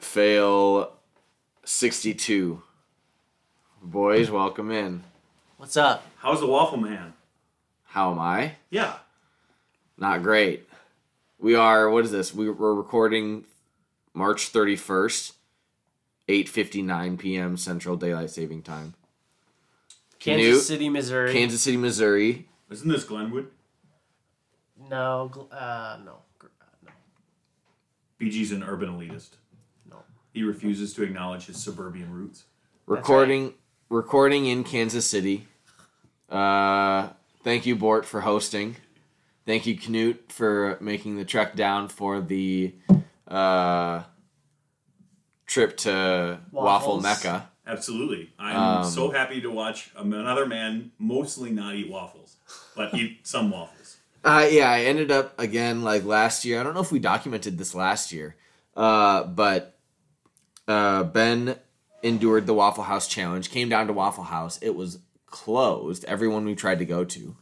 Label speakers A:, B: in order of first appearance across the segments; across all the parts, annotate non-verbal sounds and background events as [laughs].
A: fail 62. Boys, welcome in.
B: What's up?
C: How's the Waffle Man?
A: How am I?
C: Yeah.
A: Not great. We are, what is this? We, we're recording March 31st, 8.59 p.m. Central Daylight Saving Time.
B: Kansas
A: Newt.
B: City, Missouri.
A: Kansas City, Missouri.
C: Isn't this Glenwood?
B: no, gl- uh, no, gr- uh, no,
C: BG's an urban elitist.
B: no.
C: He refuses to acknowledge his suburban roots.
A: Recording, recording in Kansas City. Uh, thank you, Bort, for hosting. Thank you, Knut, for making the trek down for the uh, trip to Waffle
B: Waffles.
A: Mecca.
C: Absolutely. I'm
A: Um,
C: so happy to watch another man mostly not eat waffles, but
A: [laughs]
C: eat some waffles.
A: Uh, yeah, I ended up again like last year. I don't know if we documented this last year, uh, but uh, Ben endured the Waffle House challenge. Came down to Waffle House. It was closed. Everyone we tried to go to,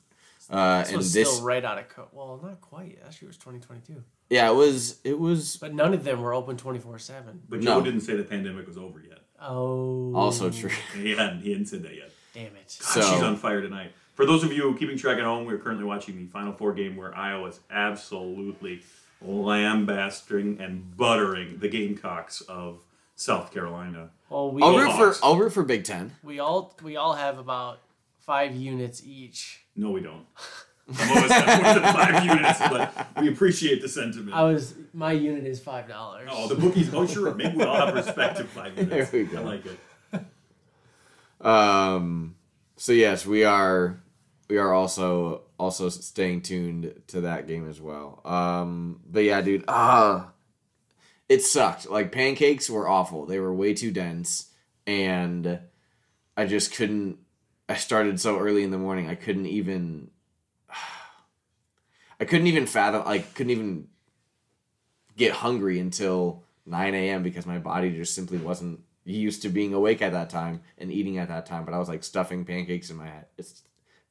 A: uh,
B: This
A: and
B: was
A: this
B: still right out of co Well, not quite. Actually, it was 2022.
A: yeah, it was it was
B: But none of them were open 24 7.
C: But
A: No.
C: Joe didn't say the pandemic was over yet.
B: Oh.
A: also true.
C: He hadn't. He hadn't said that yet.
B: Damn it.
C: God, she's
A: So-
C: on fire tonight. For those of you keeping track at home, we're currently watching the Final Four game where Iowa's absolutely lambasting and buttering the Gamecocks of South Carolina.
B: Well,
A: [laughs]
B: we,
A: I'll root
C: Yeah.
A: for I'll root for Big Ten.
B: we all we all have about five units each.
C: No, we don't. Some of us have more than five units, but we appreciate the sentiment.
B: I was my unit is five dollars.
C: oh, the bookie's oh sure, maybe we all have respective five units.
A: There we go.
C: I like it.
A: Um, so yes, we are we are also also staying tuned to that game as well. Um, but yeah, dude, ah, it sucked. Like pancakes were awful. They were way too dense, and I just couldn't. I started so early in the morning. I couldn't even. [sighs] I couldn't even fathom. Like, couldn't even get hungry until 9 a.m. because my body just simply wasn't used to being awake at that time and eating at that time. But I was like stuffing pancakes in my head. It's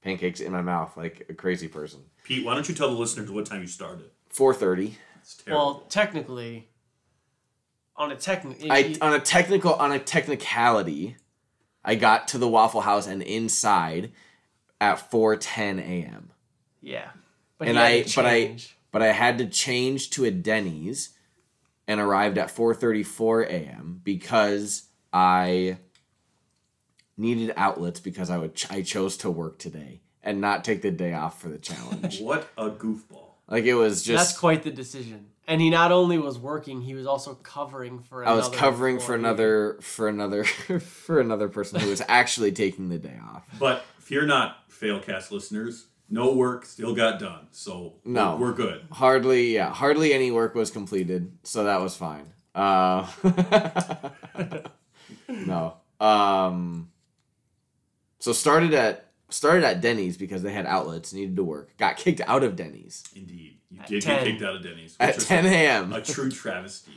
A: pancakes in my mouth like a crazy person.
C: Pete, why don't you tell the listeners what time you started?
A: 4:30.
C: It's terrible.
B: Well, technically, on a technical,
A: I on a technical on a technicality, I got to the Waffle House and inside at 4:10 a.m.
B: yeah. But
A: and
B: he had
A: I
B: to
A: but I
B: change.
A: but I had to change to a Denny's and arrived at 4:34 a.m. because I needed outlets because I would ch- I chose to work today and not take the day off for the
B: [laughs]
A: challenge.
C: what a goofball.
A: like it was
B: That's
A: just
B: quite the decision. And he not only was working, he was also covering for.
A: I
B: Another
A: was covering for
B: employee.
A: another for another [laughs] for another person who was actually taking the day off.
C: But fear not, Failcast listeners. No work still got done, so
A: No.
C: we're good.
A: Hardly yeah, hardly any work was completed, so that was fine. Uh, [laughs] no. Um, so started at started at Denny's because they had outlets, needed to work. Got kicked out of Denny's
C: Indeed, you
B: At
C: did
B: 10.
C: get kicked out of Denny's which
A: at
C: was
A: 10 a.m.
C: A true travesty.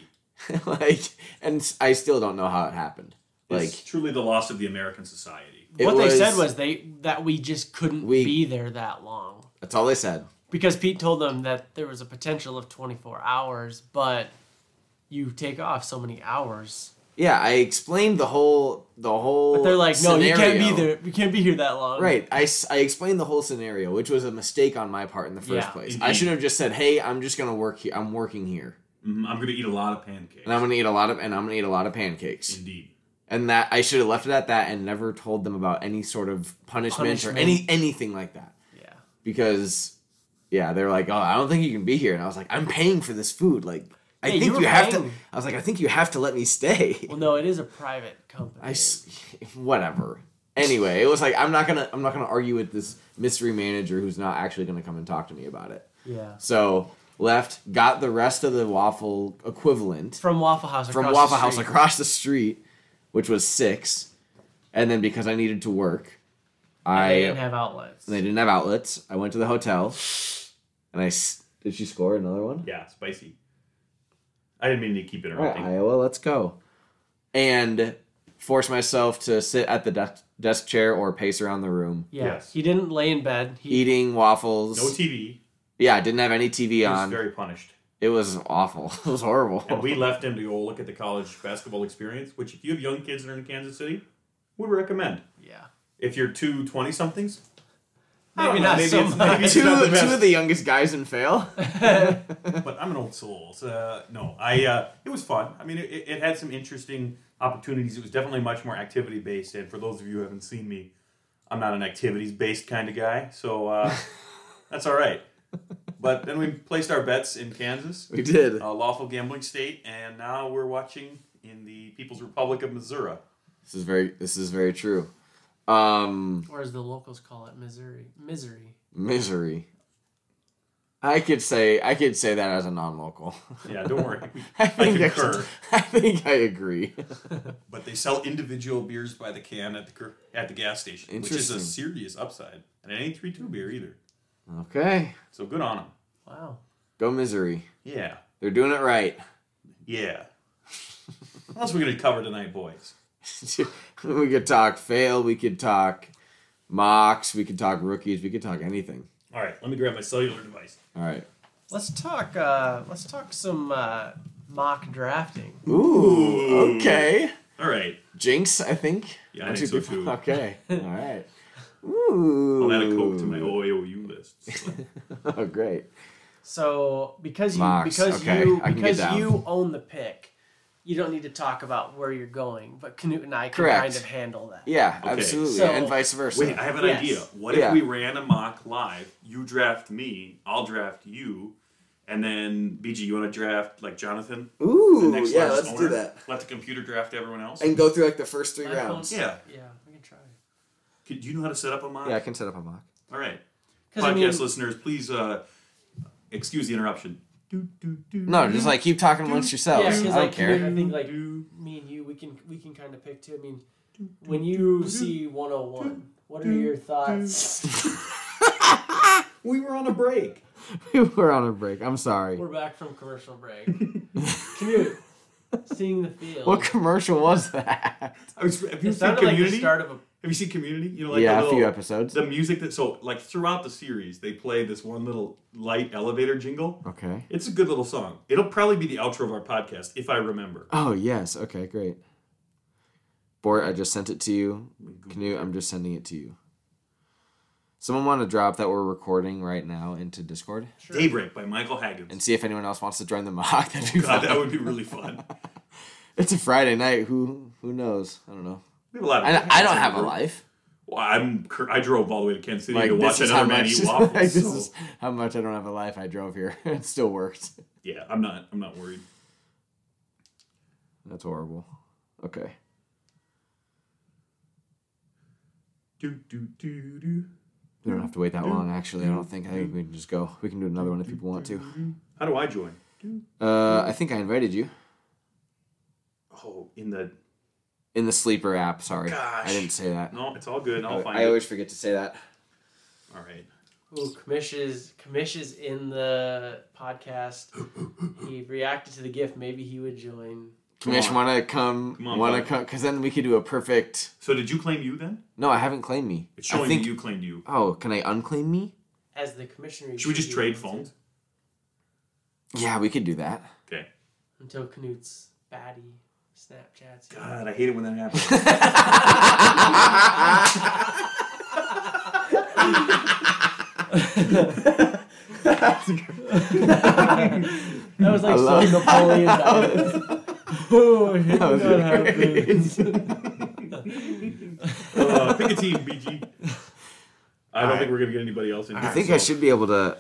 A: [laughs] like, and s- I still don't know how it happened. Like,
C: it's truly the loss of the American society.
A: it
B: What they said was they that we just couldn't
A: We-
B: be there that long
A: that's all they said.
B: because Pete told them that there was a potential of 24 hours, but you take off so many hours.
A: Yeah, I explained the whole the whole.
B: But they're like, no, you can't
A: scenario.
B: be there. You can't be here that long.
A: Right. I, s- I explained the whole scenario, which was a mistake on my part in the first
B: Yeah,
A: place. I
C: indeed.
A: should have just said, "Hey, I'm just gonna work here. I'm working here,
C: Mm, I'm going to eat a lot of pancakes.
A: and I'm gonna eat a lot of and I'm gonna eat a lot of
B: Mm-hmm.
A: pancakes."
C: Indeed.
A: And that I should have left it at that and never told them about any sort of punishment, or
B: Punishment.
A: any anything like that
B: Yeah.
A: because, yeah, they're like, "Oh, I don't think you can be here," and I was like, "I'm paying for this food. Like, I
B: Yeah,
A: think
B: you
A: you,
B: were
A: have to."
B: paying.
A: I was like, "I think you have to let me stay."
B: Well, no, it is a private company.
A: I s- whatever. Anyway, it was like I'm not gonna I'm not gonna argue with this mystery manager who's not actually gonna come and talk to me about it.
B: yeah.
A: So left, got the rest of the waffle equivalent
B: From Waffle House.
A: from
B: across the
A: Waffle House
B: street.
A: across the street, which was six, and then because I needed to work, I
B: They didn't have outlets.
A: they didn't have outlets. I went to the hotel, and I s- did she score another one?
C: Yeah, spicy. I didn't mean to keep
A: All right,
C: interrupting.
A: Iowa, let's go. And force myself to sit at the desk, desk chair or pace around the room,
B: yeah.
C: Yes.
B: He didn't lay in bed. He
A: eating waffles.
C: no TV.
A: yeah, I didn't have any TV
C: He was
A: on.
C: very punished.
A: It was awful. [laughs] It was horrible.
C: And we left him to go look at the college basketball experience, which, if you have young kids that are in Kansas City, would recommend.
B: Yeah.
C: If you're two 20 somethings,
B: Maybe not so much.
A: two,
C: not the
A: two
C: best.
A: of the youngest guys in fail. [laughs]
C: but I'm an old soul. So, uh, no, I uh, it was fun. I mean, it, it had some interesting opportunities. It was definitely much more activity based. And for those of you who haven't seen me, I'm not an activities based kind of guy,
A: [laughs]
C: so uh, that's all right. But then we placed our bets in Kansas,
A: we did.
C: a lawful gambling state, and now we're watching in the People's Republic of Missouri.
A: This is very. This is very true. Um,
B: Or as the locals call it, Missouri. Misery.
A: misery. I could say. I could say that as a non-local. [laughs]
C: Yeah, don't worry.
A: I
C: I
A: think I,
C: concur.
A: [laughs] I think I agree.
C: But they sell individual beers by the can at the cur- at the gas station, which is a
A: Interesting.
C: serious upside. And it ain't three two beer either.
A: Okay,
C: So good on them.
B: Wow.
A: go misery.
C: Yeah,
A: They're doing it right. [laughs]
C: yeah. what else we gonna cover tonight, boys?
A: we could talk fail. We could talk mocks. We could talk rookies. We could talk anything.
C: All right, let me grab my cellular device.
A: All right.
B: Let's talk. Uh, let's talk some uh, mock drafting.
A: Ooh.
C: Ooh.
A: Okay.
C: All right,
A: Jinx. I think.
C: Yeah, I
A: One,
C: think
A: two,
C: so,
A: three,
C: too.
A: four. Okay.
C: [laughs]
A: All right. Ooh.
C: I'll add a coke to my OAOU list.
A: [laughs]
C: So.
A: Oh, great.
B: So because you
A: Mocks,
B: because
A: okay,
B: you
A: I can get
B: because
A: down.
B: you own the pick, you don't need to talk about where you're going. But Canute and I can
A: Correct.
B: kind of handle that.
A: Yeah,
C: Okay.
A: absolutely,
B: So-
A: and vice versa.
C: Wait, I have an
B: Yes.
C: idea. What
A: Yeah.
C: if we ran a mock live? You draft me, I'll draft you, and then BG, you want to draft like Jonathan?
A: Ooh,
C: the next
A: yeah,
C: largest
A: let's do
C: owner?
A: that.
C: Let the computer draft everyone else.
A: And go through like the first three
B: My
A: rounds.
B: phone's-
C: Yeah.
B: Yeah. We can try. it.
C: Could, do you know how to set up a mock?
A: Yeah, I can set up a mock.
C: All right,
B: 'Cause,
C: podcast
B: I mean,
C: listeners, please uh, excuse the interruption. Do, do, do,
A: No, just like keep talking amongst
B: yeah,
A: yourselves.
B: 'cause,
A: I don't
B: like,
A: care.
B: I think like
C: Do.
B: me and you, we can we can kind of pick too. I mean, when you see 101, what are
A: [laughs]
B: your thoughts?
C: We were on a break.
A: We're on a break. I'm sorry.
B: We're back from
A: [laughs]
B: commercial break. Canute, seeing the field.
A: What commercial was that?
C: I was, have you
B: it
C: seen
B: sounded like the
C: Community?
B: start of a
C: have you seen Community? You know, like
A: yeah,
C: the
A: a few
C: little-
A: episodes.
C: the music that so like throughout the series they play this one little light elevator jingle.
A: Okay.
C: It's a good little song. It'll probably be the outro of our podcast if I remember.
A: Oh yes. Okay, great. Bort, I just sent it to you. Canute, I'm just sending it to you. Someone want to drop that we're recording right now into Discord
C: Daybreak by Michael Haggins.
A: and see if anyone else wants to join the mock. [laughs] That'd be
C: [laughs] Oh, God,
A: fun.
C: that would be really fun.
A: It's a Friday night. Who who knows? I don't know.
C: We have a lot of
A: I, I don't have
C: Haggins in
A: a
C: the group.
A: life.
C: Well, I'm cur- I drove all the way to Kansas City
A: Like
C: to
A: this
C: watch
A: is how
C: another man
A: much.
C: eat waffles.
A: [laughs] like, this
C: so,
A: is how much I don't have a life. I drove here. [laughs] it still worked.
C: Yeah, I'm not I'm not worried.
A: That's horrible. Okay.
C: Do do do do.
A: We don't have to wait that long, actually. I don't think. I think we can just go. We can do another one if people want to.
C: How do I join? Do-
A: Uh, I think I invited you
C: Oh, in the
A: in the sleeper app. Sorry,
C: Gosh.
A: I didn't say that.
C: no, it's all good. I'll
A: I,
C: find
A: I
C: it.
A: always forget to say that.
C: all right.
B: Ooh, Kamish is Kamish is in the podcast. He reacted to the gift. Maybe he would join.
C: Come
A: Kamish,
C: on.
A: want to come?
C: Come on,
A: want to
C: bud.
A: come? Because then we could do a perfect.
C: So did you claim you then?
A: No, I haven't claimed me.
C: It's
A: I
C: showing
A: think.
C: that you claimed you.
A: Oh, can I unclaim me?
B: As the commissioner,
C: Should we just
B: he
C: trade
B: wants
C: phones?
B: it.
A: Yeah, we could do that. [laughs]
C: Okay.
B: until Knut's baddie Snapchats.
C: God, I hate it when that happens.
A: [laughs]
B: That was
A: I
B: like
A: love-
B: some Napoleon. dialogue. oh, [laughs] I hate
A: That was
B: when
A: great.
B: happens.
C: uh, pick a team, BG. I don't
A: Alright.
C: think we're gonna get anybody else in here.
A: [laughs] I think
C: so-
A: I should be able to.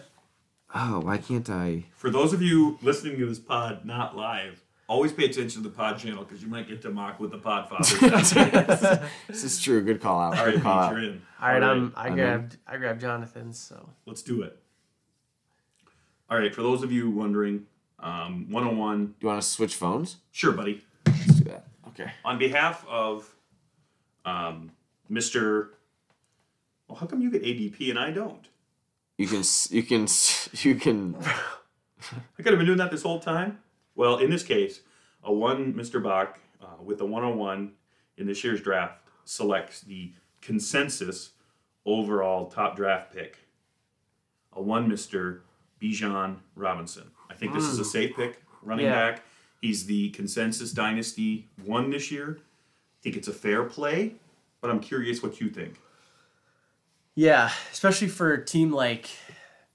A: Oh, why can't
C: [laughs]
A: I?
C: For those of you listening to this pod not live, always pay attention to the pod channel because you might get to mock with the
A: [laughs]
C: pod fathers.
A: This is true. Good call out.
C: All right,
A: Good call
C: BG,
A: out.
C: you're in.
B: All right, I'm. I
A: I'm
B: grabbed. I grabbed Jonathan's. So
C: Let's do it. All right, for those of you wondering, um, 101.
A: You want to switch phones?
C: Sure, buddy.
A: Let's do that. Okay.
C: On behalf of um, Mr. Well, how come you get ADP and I don't?
A: You can. s- You can. s- You can.
C: I could have been doing that this whole time. Well, in this case, a one Mr. Bach uh, with a 101 in this year's draft selects the consensus overall top draft pick. A one Mr. Bijan Robinson.
D: I think this is a safe pick. Running
B: Yeah.
D: back. He's the consensus dynasty one this year. I think it's a fair play, but I'm curious what you think.
B: Yeah, especially for a team like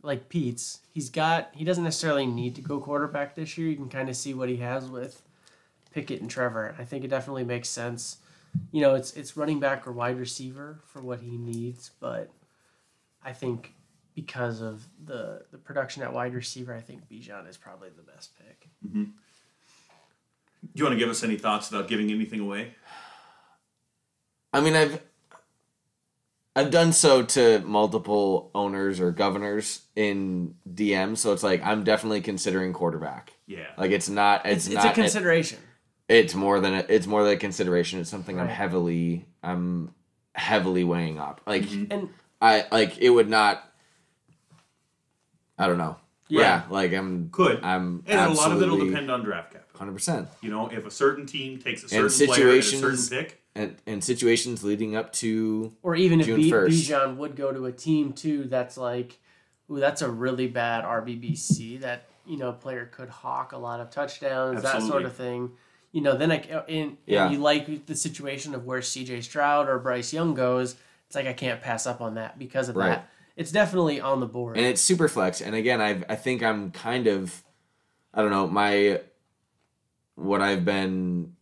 B: like Pete's. He's got he doesn't necessarily need to go quarterback this year. You can kind of see what he has with Pickett and Trevor. I think it definitely makes sense. You know, it's it's running back or wide receiver for what he needs, but I think because of the the production at wide receiver, I think Bijan is probably the best pick.
D: Do you want to give us any thoughts without giving anything away?
A: I mean, I've I've done so to multiple owners or governors in DM, so it's like I'm definitely considering quarterback.
D: Yeah.
A: Like it's not it's,
B: It's,
A: not
B: a consideration.
A: it- it's more than a, it's more than a consideration. It's something I'm
B: Right.
A: heavily I'm heavily weighing up. Like
D: Mm-hmm.
B: and
A: I like it would not I don't know.
B: Yeah.
A: Yeah, like I'm
D: Could.
A: I'm
D: and a lot of it will
A: absolutely
D: depend on draft capital.
A: 100%.
D: You know, if a certain team takes a certain
A: And
D: player at a
A: situations-
D: certain pick,
A: And and situations leading up to
B: Or even if
A: June
B: B-
A: 1st.
B: Bijan would go to a team too, that's like, ooh, that's a really bad RBBC. That you know, player could hawk a lot of touchdowns, that sort
D: Absolutely.
B: of thing. You know, then I c- and,
A: Yeah.
B: and you like the situation of where C.J. Stroud or Bryce Young goes. It's like I can't pass up on that because of
A: Right.
B: that. It's definitely on the board.
A: and it's super flex and again i i think i'm kind of i don't know my what i've been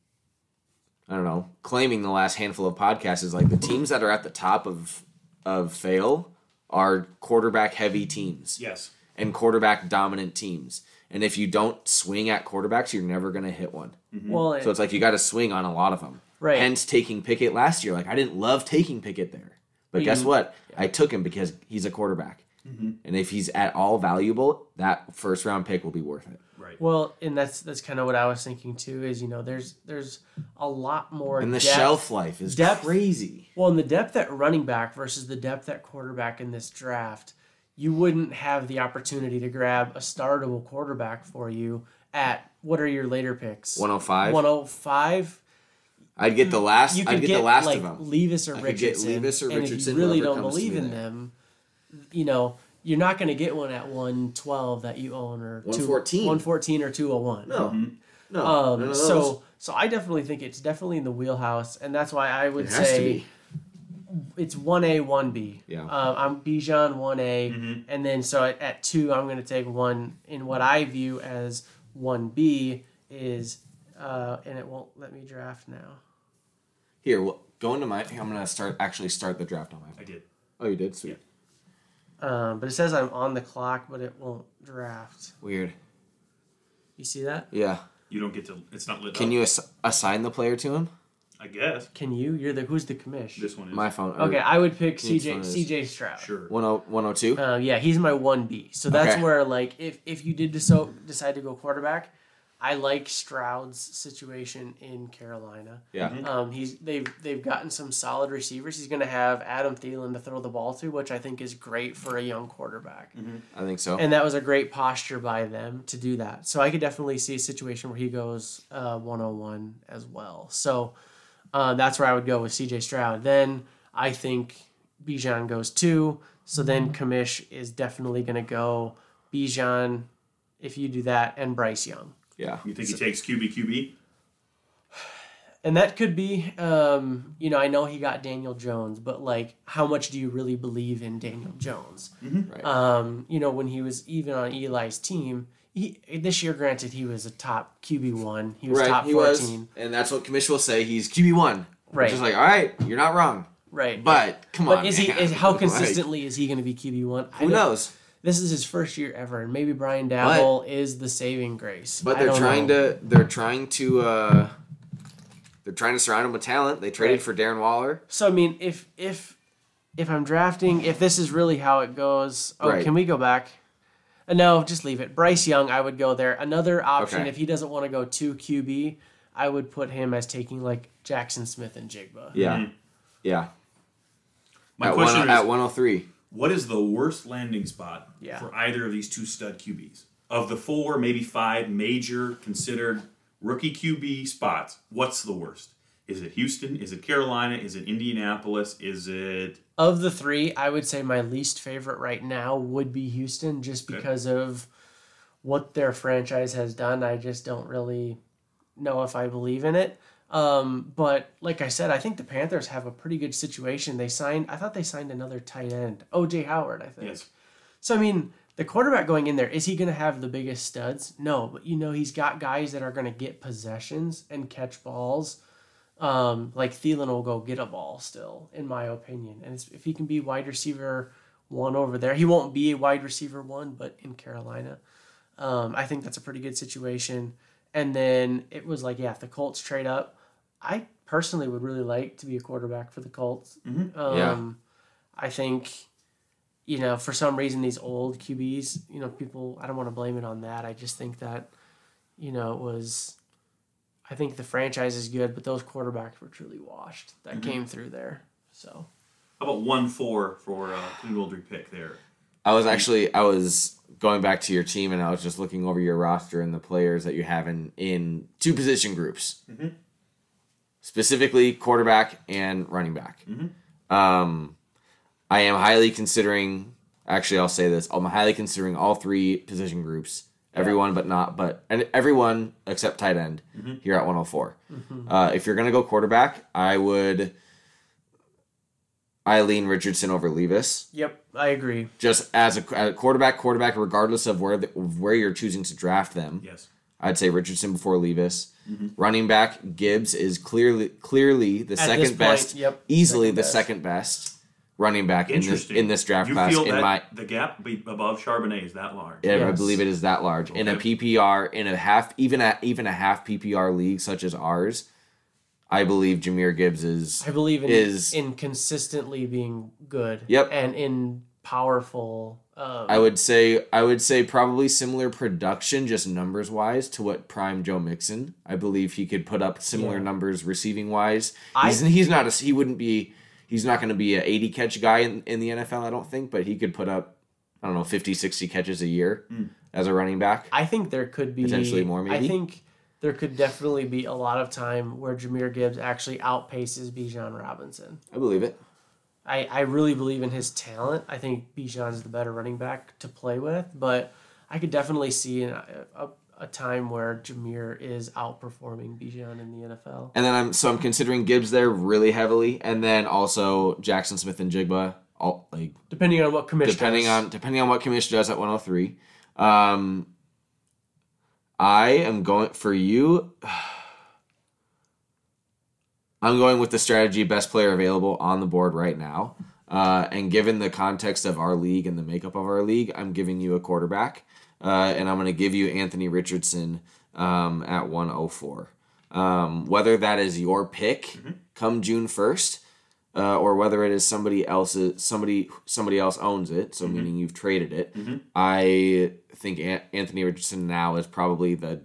A: i don't know claiming the last handful of podcasts is like the teams that are at the top of of fail are quarterback heavy teams
D: yes.
A: and quarterback dominant teams and if you don't swing at quarterbacks you're never going to hit one
B: well,
A: so it's like you got to swing on a lot of them
B: Right.
A: hence taking pickett last year like i didn't love taking pickett there but guess
B: you- Mm-hmm.
A: what i took him because he's a quarterback and if he's at all valuable, that first round pick will be worth it.
D: Right.
B: well, and that's that's kind of what I was thinking too. Is you know, there's there's a lot more
A: And the
B: depth-
A: shelf life is
B: depth.
A: crazy.
B: Well, in the depth at running back versus the depth at quarterback in this draft, you wouldn't have the opportunity to grab a startable quarterback for you at what are your later picks?
A: 105.
B: 105.
A: I'd get the last.
B: You
A: I'd
B: could
A: get,
B: get
A: the last
B: like
A: of them.
B: Levis or
A: I could get
B: Richardson.
A: Levis or
B: and
A: Richardson,
B: If you really
A: whoever
B: don't
A: comes to
B: believe
A: me
B: in
A: there.
B: them, you know, you're not going to get one at 112 that you own or two-
A: 114.
B: 114 or 201.
A: No, no,
B: Um,
A: none of those.
B: so so I definitely think it's definitely in the wheelhouse, and that's why I would
A: it has
B: say
A: to be.
B: it's one A, one B.
A: Yeah.
B: Uh, I'm Bijan one A, and then so at, at two, I'm going to take one in what I view as one B is, uh, and it won't let me draft now.
A: Here, well, go into my. I'm gonna start actually start the draft on my.
D: I did.
A: Oh, you did. Sweet.
B: Um, but it says I'm on the clock, but it won't draft.
A: Weird.
B: You see that?
A: Yeah.
D: You don't get to. It's not lit
A: Can
D: up.
A: you ass- assign the player to him?
B: Mm-hmm.
D: I guess
B: Can you? You're the who's the commish?
D: this one is.
A: My phone. oh,
B: okay, I would pick
A: Can you
B: CJ
A: explain this?
B: CJ Stroud.
D: sure.
A: 10- 102.
B: Uh, yeah, he's my one B. So that's
A: Okay.
B: where like if if you did deso- decide to go quarterback, I like Stroud's situation in Carolina.
A: yeah.
B: Um, he's they've they've gotten some solid receivers. He's going to have Adam Thielen to throw the ball to, which I think is great for a young quarterback.
A: I think so.
B: And that was a great posture by them to do that. So I could definitely see a situation where he goes uh, 101 as well. So uh, that's where I would go with CJ Stroud. Then I think Bijan goes two. So then Kamish is definitely going to go Bijan if you do that and Bryce Young.
A: yeah.
D: You think he takes QB QB?
B: And that could be, um, you know, I know he got Daniel Jones, but like, how much do you really believe in Daniel Jones?
A: Right.
B: Um, you know, when he was even on Eli's team, he, this year, granted, he was a top QB one. He was
A: Right.
B: top
A: He was,
B: fourteen.
A: and that's what Commish will say. He's QB one.
B: Right.
A: Just like, all right, you're not wrong.
B: Right,
A: But come on.
B: but is he?
A: man.
B: Is,
A: [laughs]
B: how
A: Like,
B: consistently is he going to be QB one?
A: who knows?
B: This is his first year ever, and maybe Brian Dabble is the saving grace.
A: But
B: I
A: they're
B: don't
A: trying
B: know.
A: to they're trying to uh they're trying to surround him with talent. They traded
B: Right.
A: for Darren Waller.
B: So I mean, if if if I'm drafting, if this is really how it goes, oh,
A: Right.
B: can we go back? Uh, no, just leave it. Bryce Young, I would go there. Another option,
A: Okay.
B: if he doesn't want to go to QB, I would put him as taking like Jackson Smith and Jigba.
A: Yeah. Yeah.
D: My
A: at,
D: question
A: one, oh
D: is,
A: at 103.
D: what is the worst landing spot
B: Yeah.
D: for either of these two stud QBs? Of the four, maybe five major considered rookie QB spots, what's the worst? Is it Houston? Is it Carolina? Is it Indianapolis? Is it
B: Of the three, I would say my least favorite right now would be Houston, just because of what their franchise has done. I just don't really know if I believe in it. Um, but like I said, I think the Panthers have a pretty good situation. They signed, I thought they signed another tight end, OJ Howard, I think.
D: Yes.
B: So, I mean, the quarterback going in there, is he going to have the biggest studs? No, but you know, he's got guys that are going to get possessions and catch balls. Um, like Thielen will go get a ball still, in my opinion. And it's, if he can be wide receiver one over there, he won't be a wide receiver one, but in Carolina, um, I think that's a pretty good situation. And then it was like, yeah, if the Colts trade up, I personally would really like to be a quarterback for the Colts.
D: Mhm.
B: Um, I think, you know, for some reason, these old QBs, you know, people, I don't want to blame it on that. I just think that, you know, it was, I think the franchise is good, but those quarterbacks were truly washed that came through there. So,
C: How about one four for uh, Clint Wooldry pick there?
A: I was actually I was going back to your team and I was just looking over your roster and the players that you have in in two position groups, specifically quarterback and running back. Um, I am highly considering. Actually, I'll say this: I'm highly considering all three position groups. Everyone, but not but and everyone except tight end here at 104. Uh, if you're gonna go quarterback, I would. Eileen Richardson over Levis
B: yep, I agree.
A: just as a, as a quarterback, quarterback, regardless of where the, of where you're choosing to draft them,
D: Yes.
A: I'd say Richardson before Levis.
C: Mm-hmm.
A: Running back Gibbs is clearly clearly the
B: At
A: second
B: this point,
A: best,
B: yep,
A: easily
B: second
A: the
B: best.
A: second best running back in this
C: Interesting.
A: in this draft
C: you
A: class.
C: feel
A: In
C: that
A: my,
C: the gap be above Charbonnet is that large?
A: yeah, I
B: Yes.
A: believe it is that large in a
C: Okay.
A: PPR in a half even a even a half PPR league such as ours. I believe Jameer Gibbs is.
B: I believe in,
A: Is-
B: in consistently being good.
A: Yep.
B: And in powerful. Um,
A: I would say I would say probably similar production, just numbers wise, to what Prime Joe Mixon. I believe he could put up similar
B: Yeah.
A: numbers receiving wise.
B: I-
A: He's, he's not a, he wouldn't be he's not going to be an 80 catch guy in, in the NFL, I don't think, but he could put up I don't know 50 60 catches a year as a running back.
B: Hmm. I think there could be
A: Potentially more, maybe?
B: I think there could definitely be a lot of time where Jameer Gibbs actually outpaces Bijan Robinson.
A: I believe it.
B: I, I really believe in his talent. I think Bijan's the better running back to play with, but I could definitely see an, a, a time where Jameer is outperforming Bijan in the NFL.
A: And then I'm so I'm considering Gibbs there really heavily and then also Jackson Smith and Jigba all like
B: Depending on what commission.
A: depending on depending on what commission does at 103 um i am going for you [sighs] i'm going with the strategy best player available on the board right now uh, and given the context of our league and the makeup of our league i'm giving you a quarterback uh, and i'm going to give you anthony richardson um, at 104 um, whether that is your pick come june 1st uh, or whether it is somebody else's somebody somebody else owns it, so meaning you've traded it. I think An- Anthony Richardson now is probably the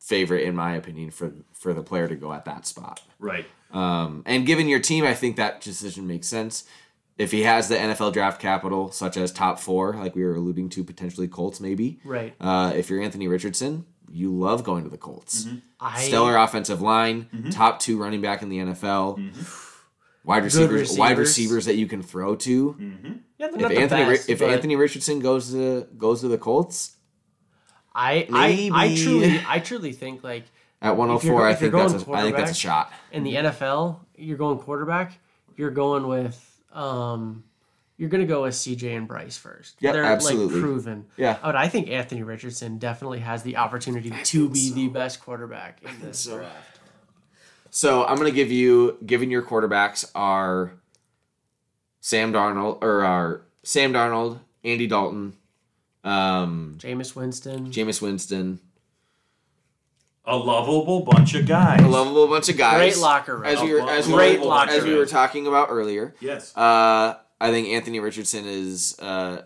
A: favorite, in my opinion, for for the player to go at that spot.
C: Right.
A: Um, and given your team, I think that decision makes sense. If he has the NFL draft capital, such as top four, like we were alluding to, potentially Colts, maybe.
B: Right.
A: Uh, if you're Anthony Richardson, you love going to the Colts.
B: Mm-hmm. I,
A: Stellar offensive line, top two running back in the NFL,
C: Mm-hmm.
A: wide receivers, wide
B: receivers.
A: receivers that you can throw to.
B: yeah, they're
A: If
B: not the
A: Anthony Ri-
B: best,
A: if
B: but-
A: Anthony Richardson goes to goes to the Colts
B: I, I, I
A: Maybe. [laughs]
B: truly I truly think like
A: at
B: If
A: 104,
B: you're-
A: I
B: if you're
A: think that's
B: going
A: a, I think that's a shot.
B: quarterback- in the NFL, you're going quarterback. You're going with um, you're going to go with CJ and Bryce first.
A: Yeah,
B: they're
A: absolutely.
B: like proven.
A: Yeah.
B: but I think Anthony Richardson definitely has the opportunity to be the best quarterback in this.
A: So, so I'm gonna give you, given your quarterbacks are Sam Darnold or are Sam Darnold, Andy Dalton, um,
B: Jameis Winston.
A: Jameis Winston,
C: A lovable bunch of guys.
A: a lovable bunch of guys.
B: Great locker room.
A: As we were, as we
B: Great
A: were,
B: locker
A: as we
C: room.
A: were talking about earlier.
C: yes.
A: Uh, I think Anthony Richardson is uh,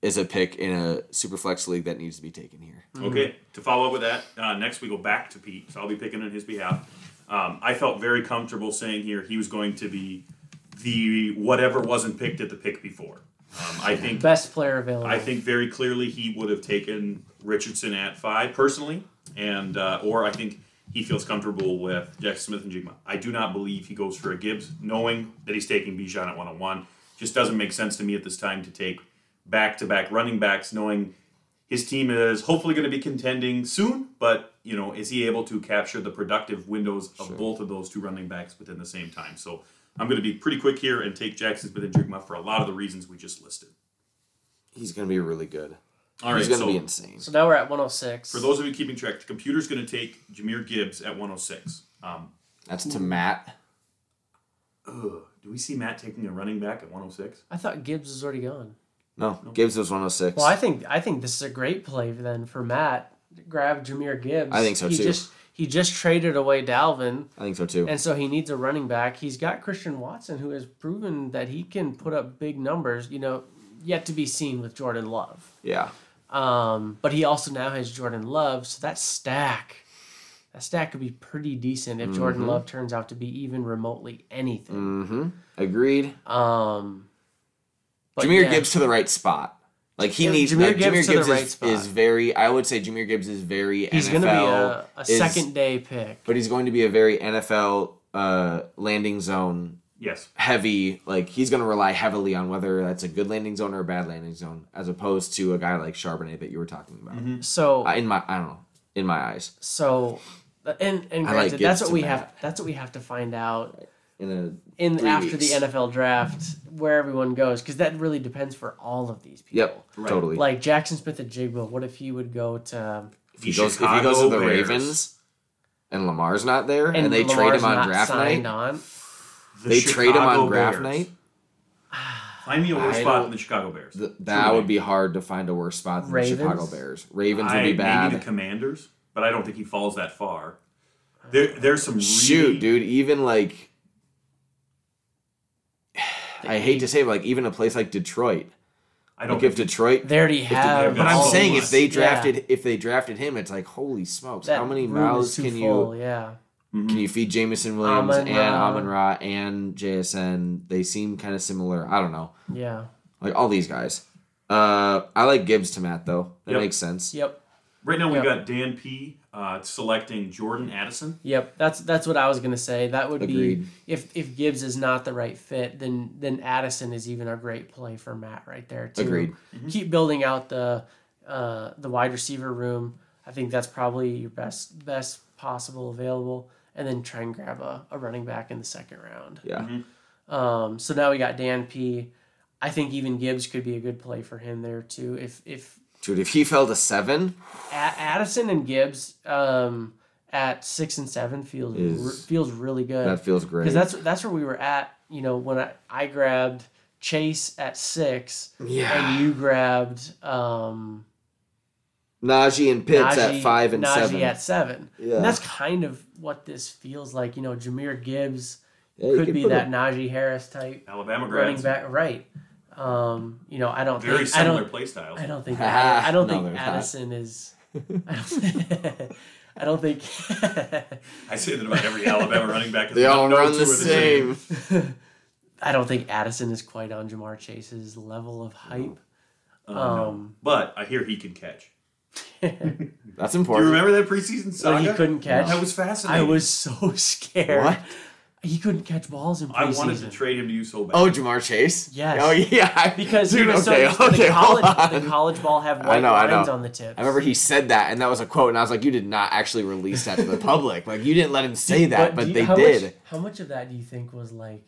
A: is a pick in a super flex league that needs to be taken here.
B: Mm-hmm.
C: Okay, to follow up with that, uh, next we go back to Pete, so I'll be picking on his behalf. Um, I felt very comfortable saying here he was going to be the whatever wasn't picked at the pick before. Um, I think
B: Best player available.
C: I think very clearly he would have taken Richardson at five personally, and uh, or I think he feels comfortable with Jackson Smith and Jigma. I do not believe he goes for a Gibbs, knowing that he's taking Bijan at 101. Just doesn't make sense to me at this time to take back to back running backs, knowing His team is hopefully going to be contending soon, but you know, is he able to capture the productive windows of both of those two running backs within the same time? So I'm going to be pretty quick here and take Jackson Smith and Jigma for a lot of the reasons we just listed.
A: He's gonna be really good.
C: All right,
A: He's gonna
C: so
A: be insane.
B: So now we're at 106.
C: for those of you keeping track, the computer's going to take Jameer Gibbs at 106. Um,
A: That's
B: Mm-hmm.
A: to Matt.
C: ugh, do we see Matt taking a running back at 106?
B: I thought Gibbs was already gone.
A: No, Gibbs was 106.
B: Well, I think I think this is a great play then for Matt. Grab Jameer Gibbs.
A: I think so,
B: he
A: too.
B: Just, he just traded away Dalvin,
A: I think so too.
B: and so he needs a running back. He's got Christian Watson, who has proven that he can put up big numbers. You know, yet to be seen with Jordan Love.
A: yeah.
B: Um, but he also now has Jordan Love, so that stack, that stack could be pretty decent if Jordan Love turns out to be even remotely anything.
A: Mm-hmm. Agreed.
B: Um, but
A: Jameer
B: yeah,
A: Gibbs to the right spot. Like he
B: Yeah,
A: needs.
B: Jahmyr
A: like,
B: Gibbs
A: Jahmyr
B: to the
A: Gibbs
B: right
A: is,
B: spot.
A: is very. I would say Jameer Gibbs is very.
B: he's
A: NFL,
B: going to be a, a
A: is-
B: second day pick.
A: but he's going to be a very NFL uh, landing zone
C: Yes.
A: heavy. Like he's going to rely heavily on whether that's a good landing zone or a bad landing zone, as opposed to a guy like Charbonnet that you were talking about.
C: Mm-hmm.
B: So
A: I- in my, I don't know. In my eyes,
B: so and and
A: I like
B: granted, that's
A: Gibbs
B: what
A: to
B: we
A: Matt.
B: have. That's what we have to find out
A: in a
B: in
A: Three
B: after
A: weeks.
B: the NFL draft where everyone goes because that really depends for all of these people.
A: yep,
C: Right.
A: totally.
B: Like Jackson Smith and Jigba, what if he would go to
A: if he goes, if he goes to the Ravens, and Lamar's not there, and, they trade
B: Lamar's
A: him on
B: not
A: draft night,
B: signed on?
A: they trade him on draft
C: Bears.
A: night.
C: [sighs] Find me a worse
A: I
C: spot
A: don't-
C: than the Chicago Bears.
A: Th- that
C: Truly.
A: would be hard to find a worse spot than
B: Ravens?
A: the Chicago Bears. Ravens
C: I,
A: would be
C: Maybe the
A: bad.
C: Commanders, but I don't think he falls that far. There, there's some really,
A: Shoot, dude, even like [sighs] I hate to say it, but, like even a place like Detroit.
C: I don't
A: Like if
C: think
A: Detroit
B: They already have.
A: but I'm
C: Oh,
A: saying
C: yes.
A: if they
B: Yeah.
A: drafted if they drafted him, it's like holy smokes,
B: That
A: how many
B: room is
A: mouths
B: too
A: can
B: full,
A: you
B: Yeah,
C: mm-hmm.
A: can you feed Jamison Williams and
B: Amon-Ra.
A: Amon Ra and JSN? They seem kind of similar. I don't know.
B: yeah,
A: Like all these guys. Uh I like Gibbs to Matt though. That
C: Yep.
A: makes sense.
B: yep,
C: right now we've
B: Yeah.
C: got Dan P uh, selecting Jordan Addison.
B: yep. That's that's what I was gonna say. That would
A: Agreed.
B: be if if Gibbs is not the right fit, then then Addison is even a great play for Matt right there to
A: Agreed.
B: keep building out the uh, the wide receiver room. I think that's probably your best best possible available, and then try and grab a, a running back in the second round.
A: Yeah.
B: Um, so now we got Dan P. I think even Gibbs could be a good play for him there too. If if
A: Dude, if he fell to seven,
B: A- Addison and Gibbs um, at six and seven feels
A: Is-
B: re- feels really good
A: that feels great.
B: because that's that's where we were at. You know, when I, I grabbed Chase at six,
A: Yeah.
B: and you grabbed um,
A: Najee and Pitts
B: Najee-
A: at five and
B: Najee
A: seven.
B: at seven.
A: Yeah.
B: And that's kind of what this feels like. You know, Jameer Gibbs
A: Yeah, you
B: could
A: could
B: be
A: put
B: that
A: a-
B: Najee Harris type
C: Alabama
B: running
C: grads,
B: back, right? Um, you know, I don't
C: very
B: think I
C: similar
B: don't
C: play styles.
A: [laughs]
B: I don't think
A: Ah,
B: I don't
A: no,
B: think
A: they're not. [laughs]
B: Addison is. I don't, [laughs] I don't think.
C: I say that about
A: [laughs]
C: every Alabama running back. 'cause
A: They all
C: no
A: run
C: two
A: the
C: are
A: same.
B: I don't think Addison is quite on Jamar Chase's level of hype.
C: Uh, no.
B: Um,
C: But I hear he can catch.
A: That's
C: Do you
A: important.
C: remember that preseason
B: so
C: saga?
B: he couldn't catch.
C: That was fascinating.
B: I was so [laughs] scared.
A: What?
B: He couldn't catch balls in preseason.
C: I wanted to trade him to you so bad.
A: Oh, Jamar Chase.
B: Yes.
A: Oh [laughs] yeah.
B: because
A: Dude,
B: he was so used to the
A: hold
B: college. The
A: on.
B: college ball have white
A: I know, I know.
B: lines on the tips.
A: I remember he said that, and that was a quote, and I was like, "You did not actually release that to
B: [laughs]
A: the public. Like, you didn't let him say that, but,
B: do you-
A: they
B: how
A: did."
B: Much, how much of that do you think was like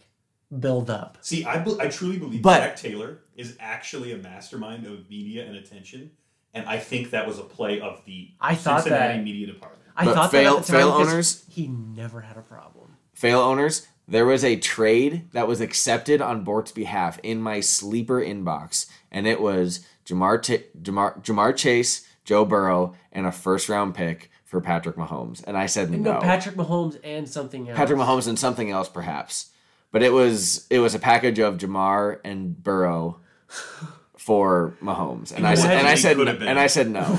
B: build up?
E: See, I, bel I truly believe
A: But-
E: Jack Taylor is actually a mastermind of media and attention, and I think that was a play of the
B: I thought
E: Cincinnati
B: that-
E: media department.
B: I
A: But
B: thought
A: fail-
B: that at the time
A: fail
B: because
A: owners-
B: He never had a problem.
A: Fail owners. There was a trade that was accepted on Bort's behalf in my sleeper inbox, and it was Jamar Ta- Jamar Jamar Chase, Joe Burrow, and a first round pick for Patrick Mahomes. And I said
B: No, Patrick Mahomes and something else.
A: Patrick Mahomes and something else perhaps. But it was it was a package of Jamar and Burrow for Mahomes. And I said and I
C: Allegedly
A: said
C: could have been.
A: and I said no.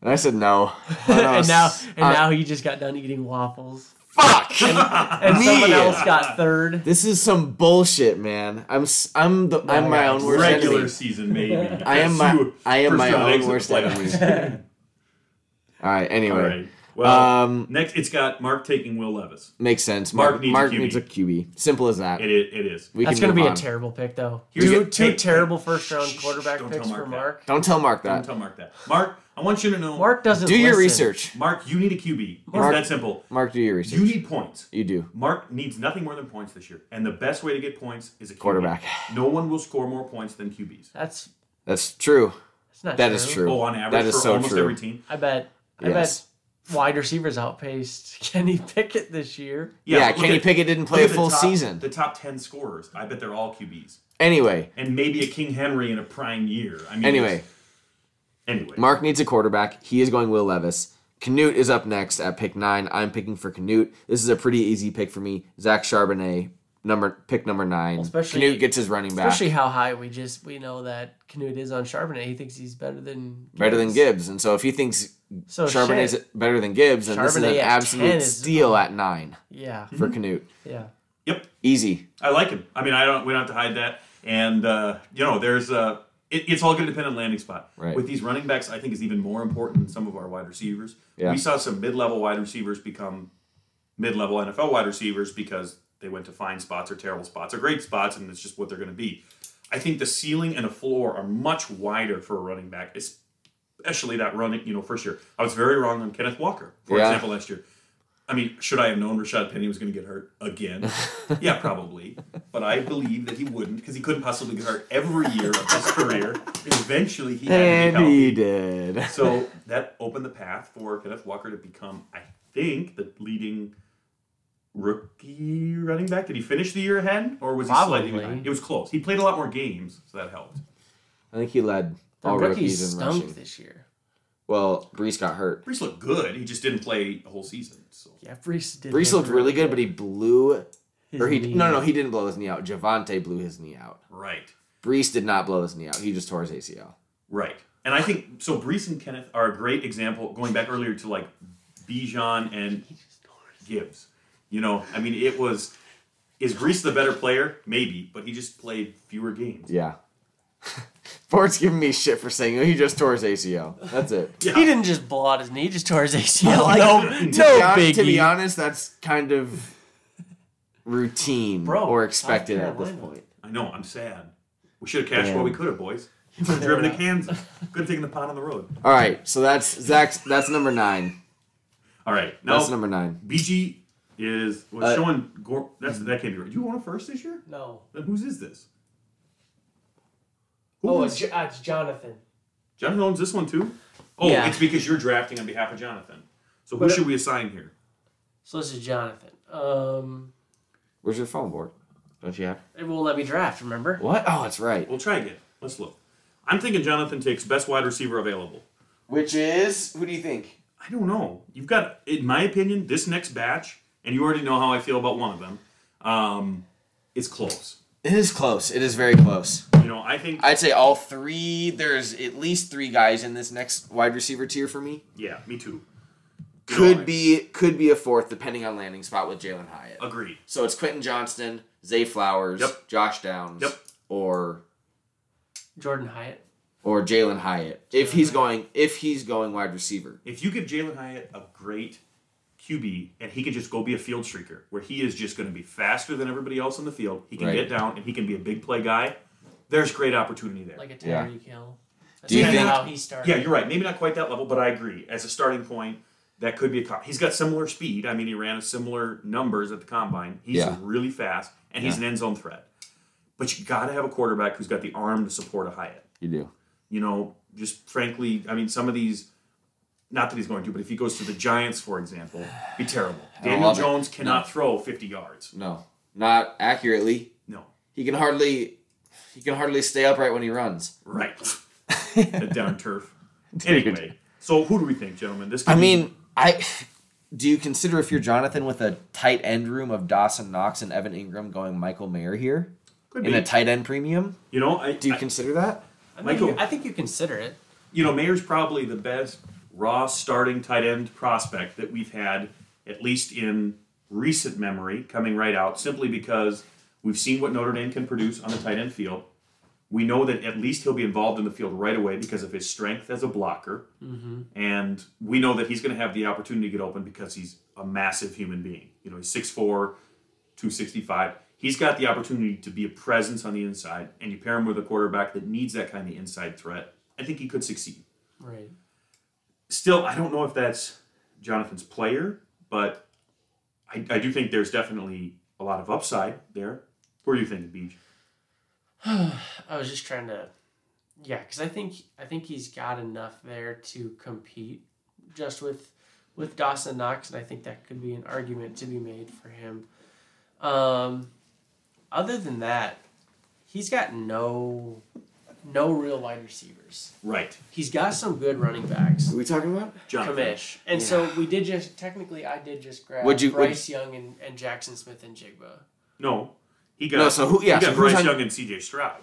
A: and I said no.
B: and now and
A: I-
B: now he just got done eating waffles.
A: [laughs] fuck.
B: And
A: Uh, Me.
B: someone else got third.
A: this is some bullshit, man. I'm s- I'm the I'm my own worst
C: regular
A: enemy.
B: [laughs]
C: season maybe.
A: I am my I am
C: First
A: my
C: round
A: own
C: exit
A: worst
C: playoffs.
A: enemy. All right, anyway.
C: All right. Well,
A: Um,
C: next it's got Mark taking Will Levis.
A: Makes sense.
C: Mark
A: Mark,
C: needs a
A: Mark
C: QB.
A: needs a QB. Simple as that.
C: It is. It is.
A: we
B: That's
A: can
B: going to
A: move
B: be a
A: on.
B: terrible pick, though.
C: Here's
B: two
C: a-
B: two
C: hey,
B: terrible
C: shh,
B: first round
C: shh, shh,
B: quarterback
C: don't tell
B: picks
C: Mark
B: for
C: that.
B: Mark.
A: Don't tell Mark
C: Don't
A: that.
C: tell Mark that. Mark, I want you to know.
B: Mark doesn't
A: Do your
B: listen.
A: research.
C: Mark, you need a QB.
A: Mark-
C: it's that simple.
A: Mark, do your research.
C: You need points.
A: You do.
C: Mark needs nothing more than points this year, and the best way to get points is a QB.
A: Quarterback.
C: No one will score more points than QBs.
B: That's
A: That's true.
B: that's not
A: That
B: true.
A: is true.
C: Oh, on average,
A: That is
C: for
A: so
C: almost
A: true.
C: every team.
B: I bet. I
A: Yes.
B: bet wide receivers outpaced [laughs] Kenny Pickett this year.
A: Yeah,
C: look
A: Kenny
C: at-
A: Pickett didn't
C: look
A: play a
C: at the
A: full
C: top-
A: season.
C: The top ten scorers, I bet they're all QBs,
A: Anyway,
C: and maybe a King Henry in a prime year. I mean,
A: anyway,
C: it's- anyway,
A: Mark needs a quarterback. He is going Will Levis. Canute is up next at pick nine. I'm picking for Canute. This is a pretty easy pick for me. Zach Charbonnet, number pick number nine.
B: especially-
A: Canute gets his running back.
B: Especially how high we just we know that Canute is on Charbonnet. He thinks he's better than
A: better than Gibbs. And so if he thinks
B: So
A: Charbonnet's
B: shit.
A: better than Gibbs, then this is
B: Charbonnet
A: an
B: at 10
A: absolute
B: is-
A: steal at nine
B: Yeah,
A: for
C: Mm-hmm.
A: Canute.
B: yeah.
C: yep,
A: Easy.
C: I like him. I mean, I don't. We don't have to hide that. And uh, you know, there's uh, it, it's all going to depend on landing spot.
A: Right.
C: With these running backs, I think is even more important than some of our wide receivers.
A: Yeah.
C: We saw some mid-level wide receivers become mid-level NFL wide receivers because they went to fine spots or terrible spots or great spots, and it's just what they're going to be. I think the ceiling and the floor are much wider for a running back, especially that running. You know, first year, I was very wrong on Kenneth Walker, for
A: Yeah.
C: example, last year. I mean, should I have known Rashad Penny was going to get hurt
A: [laughs]
C: again? yeah, probably. But I believe that he wouldn't because he couldn't possibly get hurt every year of his career. Eventually, he had
A: And
C: to be
A: he
C: healthy.
A: did.
C: So that opened the path for Kenneth Walker to become, I think, the leading rookie running back. Did he finish the year ahead, or was he slightly
B: Probably.
C: behind? It was close. He played a lot more games, so that helped.
A: I think he led
B: The
A: all
B: rookies
A: rookies in
B: stunk
A: rushing.
B: this year.
A: Well, Brees got hurt.
C: Brees looked good. He just didn't play a whole season. So
B: Yeah, Brees did.
A: Brees
B: look
A: looked really good, but he blew.
B: His
A: Or he
B: knee.
A: no no he didn't blow his knee out. Javante blew his knee out.
C: right.
A: Brees did not blow his knee out. He just tore his ACL.
C: Right. And I think so. Brees and Kenneth are a great example. Going back earlier to like Bijan and Gibbs, you know, I mean, it was is Brees the better player? Maybe, but he just played fewer games.
A: Yeah. [laughs] Ford's giving me shit for saying oh, he just tore his ACL. That's [laughs] it.
C: Yeah.
B: He didn't just blow out his knee; he just
A: [laughs]
B: tore his
A: Oh,
B: ACL. no,
A: to, be
B: no
A: hon- to be
B: biggie.
A: honest, that's kind of routine
B: Bro,
A: or expected
B: South
A: at this
B: Carolina.
A: point.
C: I know. I'm sad. We should have cashed
A: Damn.
C: while we could have, boys. [laughs] Could have driven to Kansas. Could have taken the pot on the road.
A: All right, so that's Zach's. That's number nine.
C: All right. Now
A: That's number nine.
C: BG is was
A: Uh,
C: showing. Gore, that's that can't be right. Do you want a first this year?
B: No.
C: Then whose is this? Who
B: Oh,
C: is-
B: it's, Jo- uh, it's Jonathan.
C: Jonathan owns this one too. Oh,
B: Yeah.
C: it's because you're drafting on behalf of Jonathan. So who
B: But-
C: should we assign here?
B: So this is Jonathan. Um,
A: Where's your phone board? Don't you have
B: it won't let me draft. Remember?
A: what? Oh, that's right.
C: We'll try again. Let's look. I'm thinking Jonathan takes best wide receiver available.
A: Which is who do you think?
C: I don't know. You've got, in my opinion, this next batch, and you already know how I feel about one of them. Um, it's close.
A: It is close. It is very close.
C: You know, I think.
A: I'd say all three. There's at least three guys in this next wide receiver tier for me.
C: yeah, me too. You know,
A: Could
C: I-
A: be could be a fourth depending on landing spot with Jalen Hyatt.
C: Agreed.
A: So it's Quentin Johnston, Zay Flowers,
C: Yep.
A: Josh Downs,
C: Yep.
A: or
B: Jordan Hyatt.
A: or Jalen Hyatt. If he's going if he's going wide receiver.
C: If you give Jalen Hyatt a great QB and he can just go be a field streaker, where he is just going to be faster than everybody else in the field, he can
A: Right.
C: get down and he can be a big play guy. There's great opportunity there.
B: like a
A: Yeah.
B: Tyreek Hill. That's
A: Do you
B: kinda
A: think-
B: how he started?
C: yeah, you're right. Maybe not quite that level, but I agree. As a starting point, that could be a cop. He's got similar speed. I mean, he ran a similar numbers at the combine. He's
A: Yeah.
C: really fast and he's an end zone threat. But you got to have a quarterback who's got the arm to support a Hyatt.
A: You do.
C: you know, just frankly, I mean, some of these, not that he's going to, but if he goes to the Giants, for example, be terrible.
A: [sighs]
C: Daniel
A: love it.
C: Jones cannot throw 50 yards.
A: No. Not accurately.
C: No.
A: He can hardly he can hardly stay upright when he runs. [laughs]
C: Right. the down turf. Anyway, so who do we think, gentlemen? This could
A: I
C: be-
A: mean, I do you consider if you're Jonathan with a tight end room of Dawson Knox and Evan Ingram going Michael Mayer here?
C: could
A: In
C: be.
A: a tight end premium?
C: you know, I,
A: Do you
C: I-
A: consider that?
B: I think,
C: Michael-
B: you, I think you consider it.
C: you know, Mayer's probably the best raw starting tight end prospect that we've had, at least in recent memory, coming right out, simply because we've seen what Notre Dame can produce on the tight end field. We know that at least he'll be involved in the field right away because of his strength as a blocker. And we know that he's going to have the opportunity to get open because he's a massive human being. You know, he's 6'4, 265. He's got the opportunity to be a presence on the inside, and you pair him with a quarterback that needs that kind of inside threat. I think he could succeed.
B: Right.
C: Still, I don't know if that's Jonathan's player, but I, I do think there's definitely a lot of upside there. What are you thinking, Beach?
B: I was just trying to, yeah, because I think I think he's got enough there to compete just with with Dawson Knox, and I think that could be an argument to be made for him. Um, other than that, he's got no no real wide receivers.
C: Right.
B: He's got some good running backs.
A: Who are we talking about?
C: Jonathan.
B: Kamish. And so we did just technically I did just grab
A: Would you- would-
B: Bryce Young and, and Jackson Smith and Jigba.
C: No. He got,
A: No, so who- yeah,
C: he
A: so
C: got
A: who's
C: Bryce
A: on-
C: Young and CJ Stroud.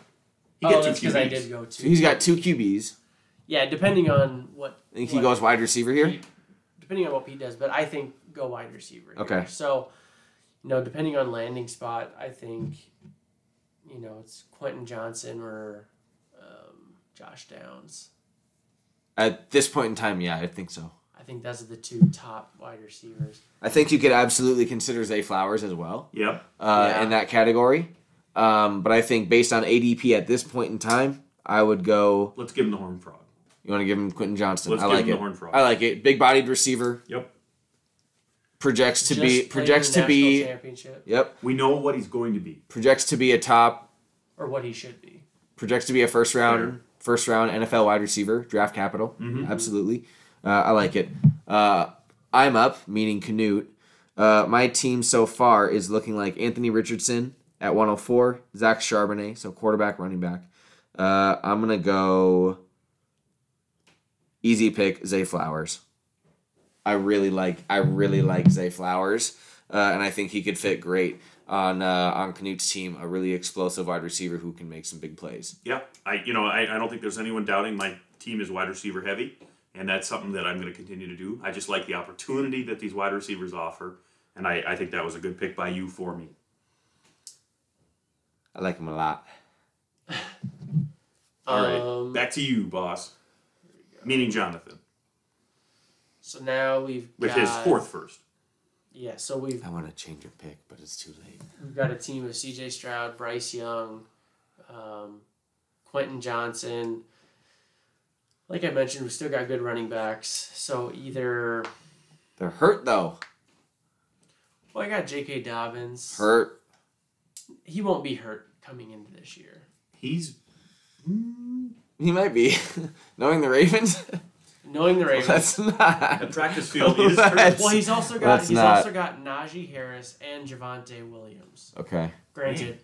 C: He
B: Oh,
C: got
B: that's
C: two
B: because I
C: QBs.
B: did go to.
A: So he's got two QBs.
B: Yeah, depending on what.
A: I think he
B: what-
A: goes wide receiver here.
B: depending on what Pete does, but I think go wide receiver. here.
A: Okay.
B: So, you know, depending on landing spot, I think, you know, it's Quentin Johnson or um, Josh Downs.
A: At this point in time, yeah, I think so.
B: I think those are the two top wide receivers.
A: I think you could absolutely consider Zay Flowers as well.
C: Yep.
A: uh,
B: Yeah.
A: in that category. Um, but I think based on ADP at this point in time, I would go.
C: Let's give him the horn frog.
A: You want to give him Quentin Johnston?
C: Let's
A: I
C: give
A: like
C: him the
A: it.
C: horn frog.
A: I like it. Big-bodied receiver
C: Yep.
A: projects to
B: Just
A: be
B: played in
A: projects
B: the
A: to be.
B: national championship
A: Yep,
C: We know what he's going to be.
A: projects to be a top.
B: or what he should be.
A: Projects to be a first round, first round NFL wide receiver, draft capital. Absolutely, uh, I like it. Uh, I'm up, meaning Canute. Uh, my team so far is looking like Anthony Richardson at 104, Zach Charbonnet, so quarterback, running back. Uh, I'm gonna go easy pick Zay Flowers. I really like I really like Zay Flowers, uh, and I think he could fit great on uh, on Canute's team. A really explosive wide receiver who can make some big plays.
C: Yeah, I you know I, I don't think there's anyone doubting my team is wide receiver heavy, and that's something that I'm going to continue to do. I just like the opportunity that these wide receivers offer, and I, I think that was a good pick by you for me.
A: I like him a lot.
C: All right,
B: Um,
C: back to you, boss. Meaning Jonathan
B: So now we've
C: with
B: got,
C: his fourth first.
B: Yeah, so we've
A: I want to change your pick, but it's too late.
B: We've got a team of CJ Stroud, Bryce Young, um, Quentin Johnson. Like I mentioned, we've still got good running backs. So either,
A: They're hurt though.
B: well, I got J.K. Dobbins.
A: Hurt.
B: He won't be hurt coming into this year.
C: He's mm,
A: He might be. [laughs] Knowing the Ravens,
B: Knowing the
A: [laughs]
B: Ravens.
A: that's not.
C: the practice field
A: [laughs]
C: is
A: That's-
C: hurt.
B: well, he's also got
A: Let's
B: he's
A: not-
B: also got Najee Harris and Javante Williams.
A: Okay.
B: Granted.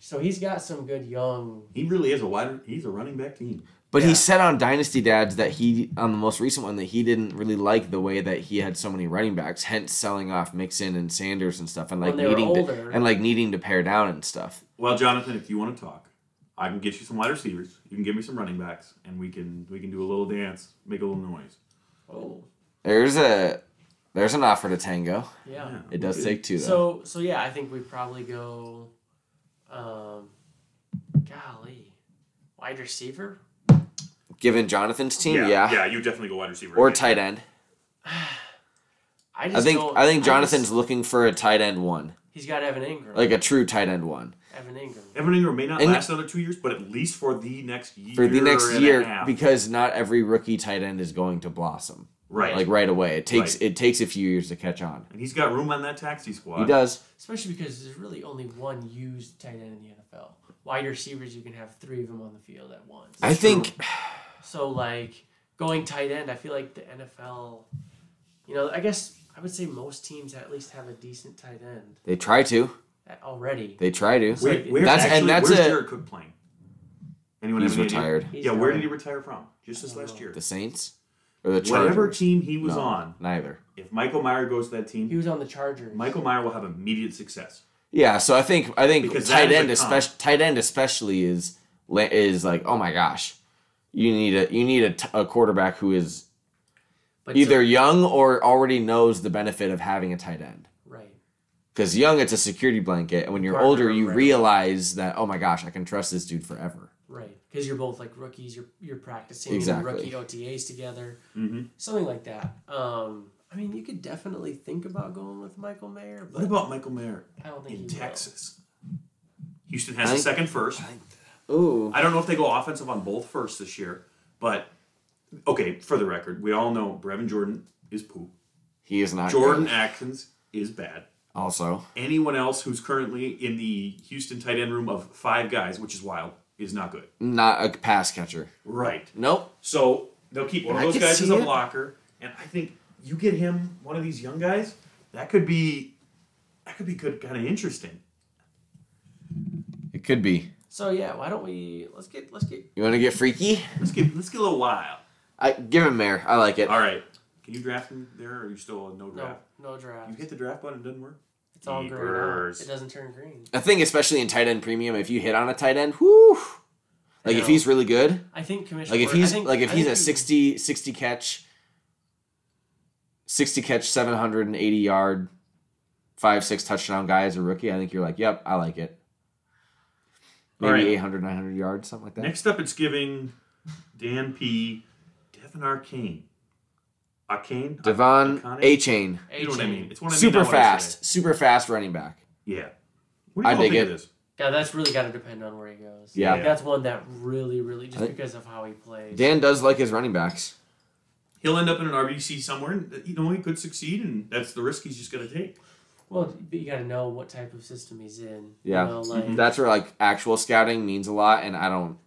B: So he's got some good young.
C: He really is a wide. He's a running back team.
A: But
B: Yeah.
A: he said on Dynasty Dads that he on the most recent one that he didn't really like the way that he had so many running backs, hence selling off Mixon and Sanders and stuff, and like
B: When they were
A: needing
B: older.
A: to, and like needing to pare down and stuff.
C: Well, Jonathan, if you want to talk, I can get you some wide receivers. You can give me some running backs, and we can we can do a little dance, make a little noise.
B: Oh,
A: There's a there's an offer to tango.
B: yeah.
C: Yeah.
A: It does take two though.
B: So so yeah, I think we probably go um golly. Wide receiver?
A: Given Jonathan's team, yeah,
C: yeah, yeah, you definitely go wide receiver
A: or
C: again.
A: tight end.
B: I just
A: I think
B: don't-
A: I think
B: just-
A: Jonathan's looking for a tight end one,
B: he's got Evan Ingram.
A: like a true tight end one
B: Evan Ingram.
C: Evan Ingram may not
A: And-
C: last another two years, but at least for the next year.
A: for the next
C: and a
A: year
C: half.
A: because not every rookie tight end is going to blossom
C: right,
A: like right away. It takes
C: Right.
A: it takes a few years to catch on.
C: and he's got room on that taxi squad.
A: He does.
B: Especially because there's really only one used tight end in the NFL. Wide receivers you can have three of them on the field at once.
A: I think
B: So like going tight end, I feel like the NFL you know, I guess I would say most teams at least have a decent tight end
A: They try to.
B: already.
A: They try to.
C: Where,
B: Like,
C: where's
A: that's- and
C: actually,
A: that's
C: where's
A: a-
C: Jared Cook playing? Anyone
A: He's
C: have any idea?
A: retired.
B: He's
C: yeah, where
B: gone.
C: did he retire from? Just this last year.
A: The Saints or the Chargers.
C: Whatever team he was
A: No,
C: on,
A: Neither.
C: if Michael Meyer goes to that
B: He
C: team,
B: was on the Chargers.
C: Michael Meyer will have immediate success.
A: Yeah, so I think I think
C: Because that
A: tight
C: is a
A: end,
C: con.
A: especially tight end especially is la- is like oh my gosh, you need a you need a, t- a quarterback who is
B: but so-
A: either young or already knows the benefit of having a tight end.
B: right.
A: Because young, it's a security blanket, and when you're
B: Parker
A: older, you
B: Rowdy.
A: realize that oh my gosh, I can trust this dude forever.
B: Right, because you're both like rookies. You're you're practicing
A: Exactly.
B: rookie OTAs together,
C: Mhm.
B: something like that. Um, I mean, you could definitely think about going with Michael Mayer, but
C: What about Michael Mayer
B: I don't think
C: in
B: you
C: Texas? Houston has
A: I
C: a
A: think-
C: second first.
A: Ooh,
C: I don't know if they go offensive on both firsts this year, but okay, for the record, we all know Brevin Jordan is poop.
A: he is not
C: Jordan
A: good.
C: Atkins is bad.
A: Also,
C: Anyone else who's currently in the Houston tight end room of five guys, which is wild, is not good.
A: not a pass catcher.
C: Right.
A: Nope.
C: So they'll keep one of
A: I
C: those
A: can
C: guys as
A: see
C: a
A: it.
C: blocker, and I think you get him one of these young guys. That could be, that could be good, kind of interesting.
A: It could be.
B: will. So yeah, why don't we let's get let's get
A: You want to get freaky?
C: Let's get let's get a little wild.
A: I give him Mayer. I like it.
C: All right. Can you draft him there, or are you still on no
B: no
C: draft?
B: no draft.
C: You hit the draft button, it doesn't work.
B: It's all green. out.
C: Keepers.
B: It doesn't turn green.
A: I think especially in tight end premium, if you hit on a tight end, whoo. Like
B: know.
A: if he's really good,
B: I think commissioner.
A: like if
B: Wor- I
A: he's
B: think-
A: like if
B: I
A: he's
B: think
A: a
B: you-
A: 60, 60 catch, sixty catch, seven hundred and eighty yard, five six touchdown guy as a rookie, I think you're like, yep, I like it. Maybe
C: All right.
A: 800, 900 yards, something like that.
C: Next up, it's giving Dan P. Devin Arcane. Arcane?
A: Devon
C: Arcane?
A: A Chain,
B: A
C: You know what I
B: chain.
C: mean? It's one I mean,
A: super
C: not what I say.
A: fast, super fast running back.
C: Yeah. What do you
A: I
C: all
A: dig
C: think
A: it.
C: of this?
B: Yeah, that's really got to depend on where he goes.
A: Yeah.
B: Like, that's one that really, really just
A: I think-
B: because of how he plays.
A: Dan does like his running backs.
C: He'll end up in an RBC somewhere, and you know he could succeed, and that's the risk he's just going to take.
B: well, but you got to know what type of system he's in.
A: Yeah.
B: you know, like
C: Mm-hmm.
A: That's where like actual scouting means a lot, and I don't,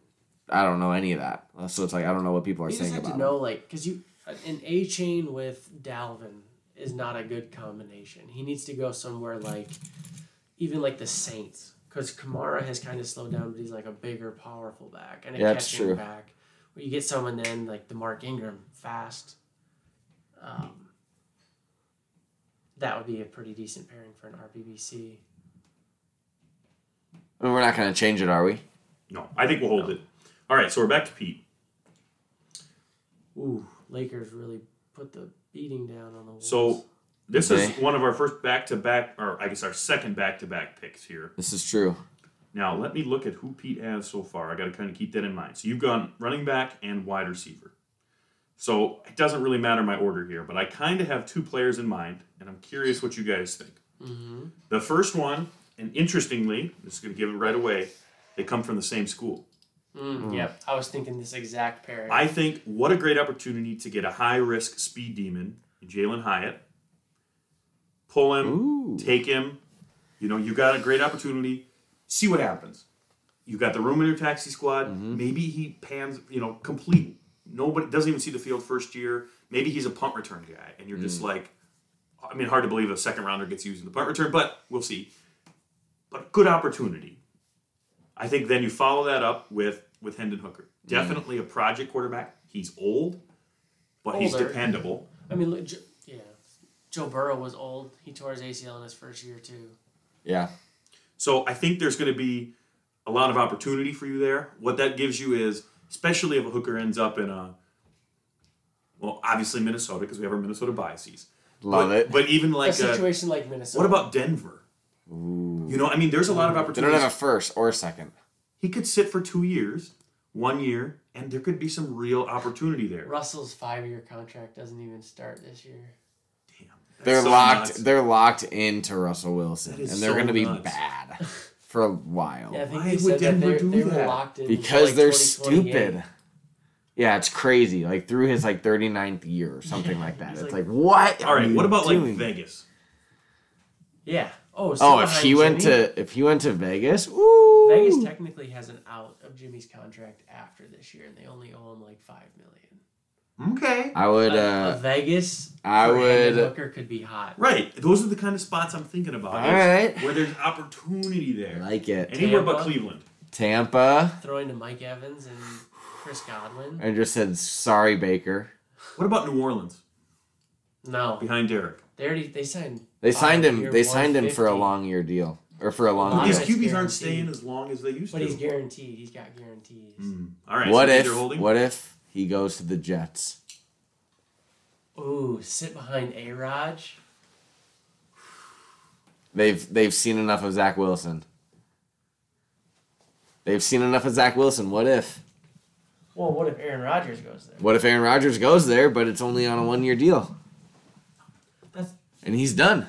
A: I don't know any of that. So it's like I don't know what people are
B: you just
A: saying
B: have
A: about.
B: to
A: him.
B: know, like, because you an A chain with Dalvin is not a good combination. He needs to go somewhere like even like the Saints, because Kamara has kind of slowed down, but he's like a bigger, powerful back and a
A: Yeah, that's
B: catching
A: true.
B: back. Where you get someone then like the Mark Ingram, fast. Um, that would be a pretty decent pairing for an RBBC.
A: I mean, we're not going to change it, are we?
C: No, I think we'll hold it. All right, so we're back to Pete.
B: Ooh, Lakers really put the beating down on the Wolves.
C: So this is
A: Okay.
C: one of our first back-to-back, or I guess our second back-to-back picks here.
A: This is true.
C: Now let me look at who Pete has so far. I got to kind of keep that in mind. So you've gone running back and wide receiver. So it doesn't really matter my order here, but I kind of have two players in mind, and I'm curious what you guys think.
B: Mm-hmm.
C: The first one, and interestingly, this is going to give it right away. They come from the same school.
A: Hmm.
B: Mm, yep, I was thinking this exact pairing.
C: I think what a great opportunity to get a high risk speed demon, Jalen Hyatt. Pull him,
A: Ooh.
C: take him. You know, you got a great opportunity. See what happens. You got the room in your taxi squad. Maybe he pans, you know, complete. Nobody doesn't even see the field first year. Maybe he's a punt return guy, and you're just like, I mean, hard to believe a second rounder gets used in the punt return, but we'll see. But good opportunity. I think then you follow that up with with Hendon Hooker. Definitely a project quarterback. He's old, but he's
B: Older.
C: dependable.
B: I mean, look, Jo- yeah, Joe Burrow was old. He tore his ACL in his first year too.
A: Yeah.
C: So I think there's going to be a lot of opportunity for you there. What that gives you is, especially if a hooker ends up in a, well, obviously Minnesota because we have our Minnesota biases.
A: Love
C: but,
A: it.
C: But even
B: a
C: like, uh
B: situation like Minnesota.
C: what about Denver? You know, I mean, there's a lot of
A: They don't
C: opportunities.
A: have a first or a second.
C: he could sit for two years, one year, and there could be some real opportunity there.
B: Russell's five-year contract doesn't even start this year?
C: Damn, that's
A: They're
C: so
A: locked.
C: nuts.
A: They're locked into Russell Wilson,
C: That is
A: and they're
C: so
A: going to be
C: nuts.
A: bad for a while
B: Yeah, I think
C: Oh, why
B: they
C: would
B: said that
C: Denver
B: they,
C: do
B: they were
C: that?
B: locked in until,
A: because
B: like,
A: they're
B: 2028.
A: stupid. Yeah, it's crazy. Like through his like 39th year or something like that.
B: He's
A: It's
B: like-
A: like, what?
C: All
A: are
C: right,
A: you
C: what about like
A: doing?
C: Vegas?
B: Yeah. Oh.
A: Oh, if he
B: Jimmy,
A: went to if he went to Vegas, ooh,
B: Vegas, technically has an out of Jimmy's contract after this year, and they only owe him like five million.
C: Okay.
A: I would.
B: A-
A: uh
B: a Vegas.
A: I
B: for Hendon
A: would-
B: Hooker could be hot.
C: Right. Those are the kind of spots I'm thinking about.
A: All
C: is
A: right.
C: Where there's opportunity there.
A: Like it,
C: Anywhere but
B: Tampa.
C: Cleveland.
A: Tampa.
B: Throwing to Mike Evans and Chris Godwin.
A: I just said sorry, Baker.
C: What about New Orleans
B: No,
C: behind Derek?
B: they already they signed.
A: They signed him.
B: five-year,
A: They signed him for a
B: 150.
A: long year deal or for a long
B: Wow.
A: deal.
C: These
B: that's
C: QBs
B: guaranteed.
C: aren't staying as long as they used
B: But
C: to.
B: he's Mm. guaranteed. He's got guarantees.
C: Hmm. All right.
A: What
C: so
A: if?
C: They're holding.
A: What if he goes to the Jets?
B: Ooh, sit behind A Raj.
A: They've they've seen enough of Zach Wilson. They've seen enough of Zach Wilson. What if?
B: Well, what if Aaron Rodgers goes there?
A: What if Aaron Rodgers goes there, but it's only on a one year deal?
B: That's-
A: and he's done.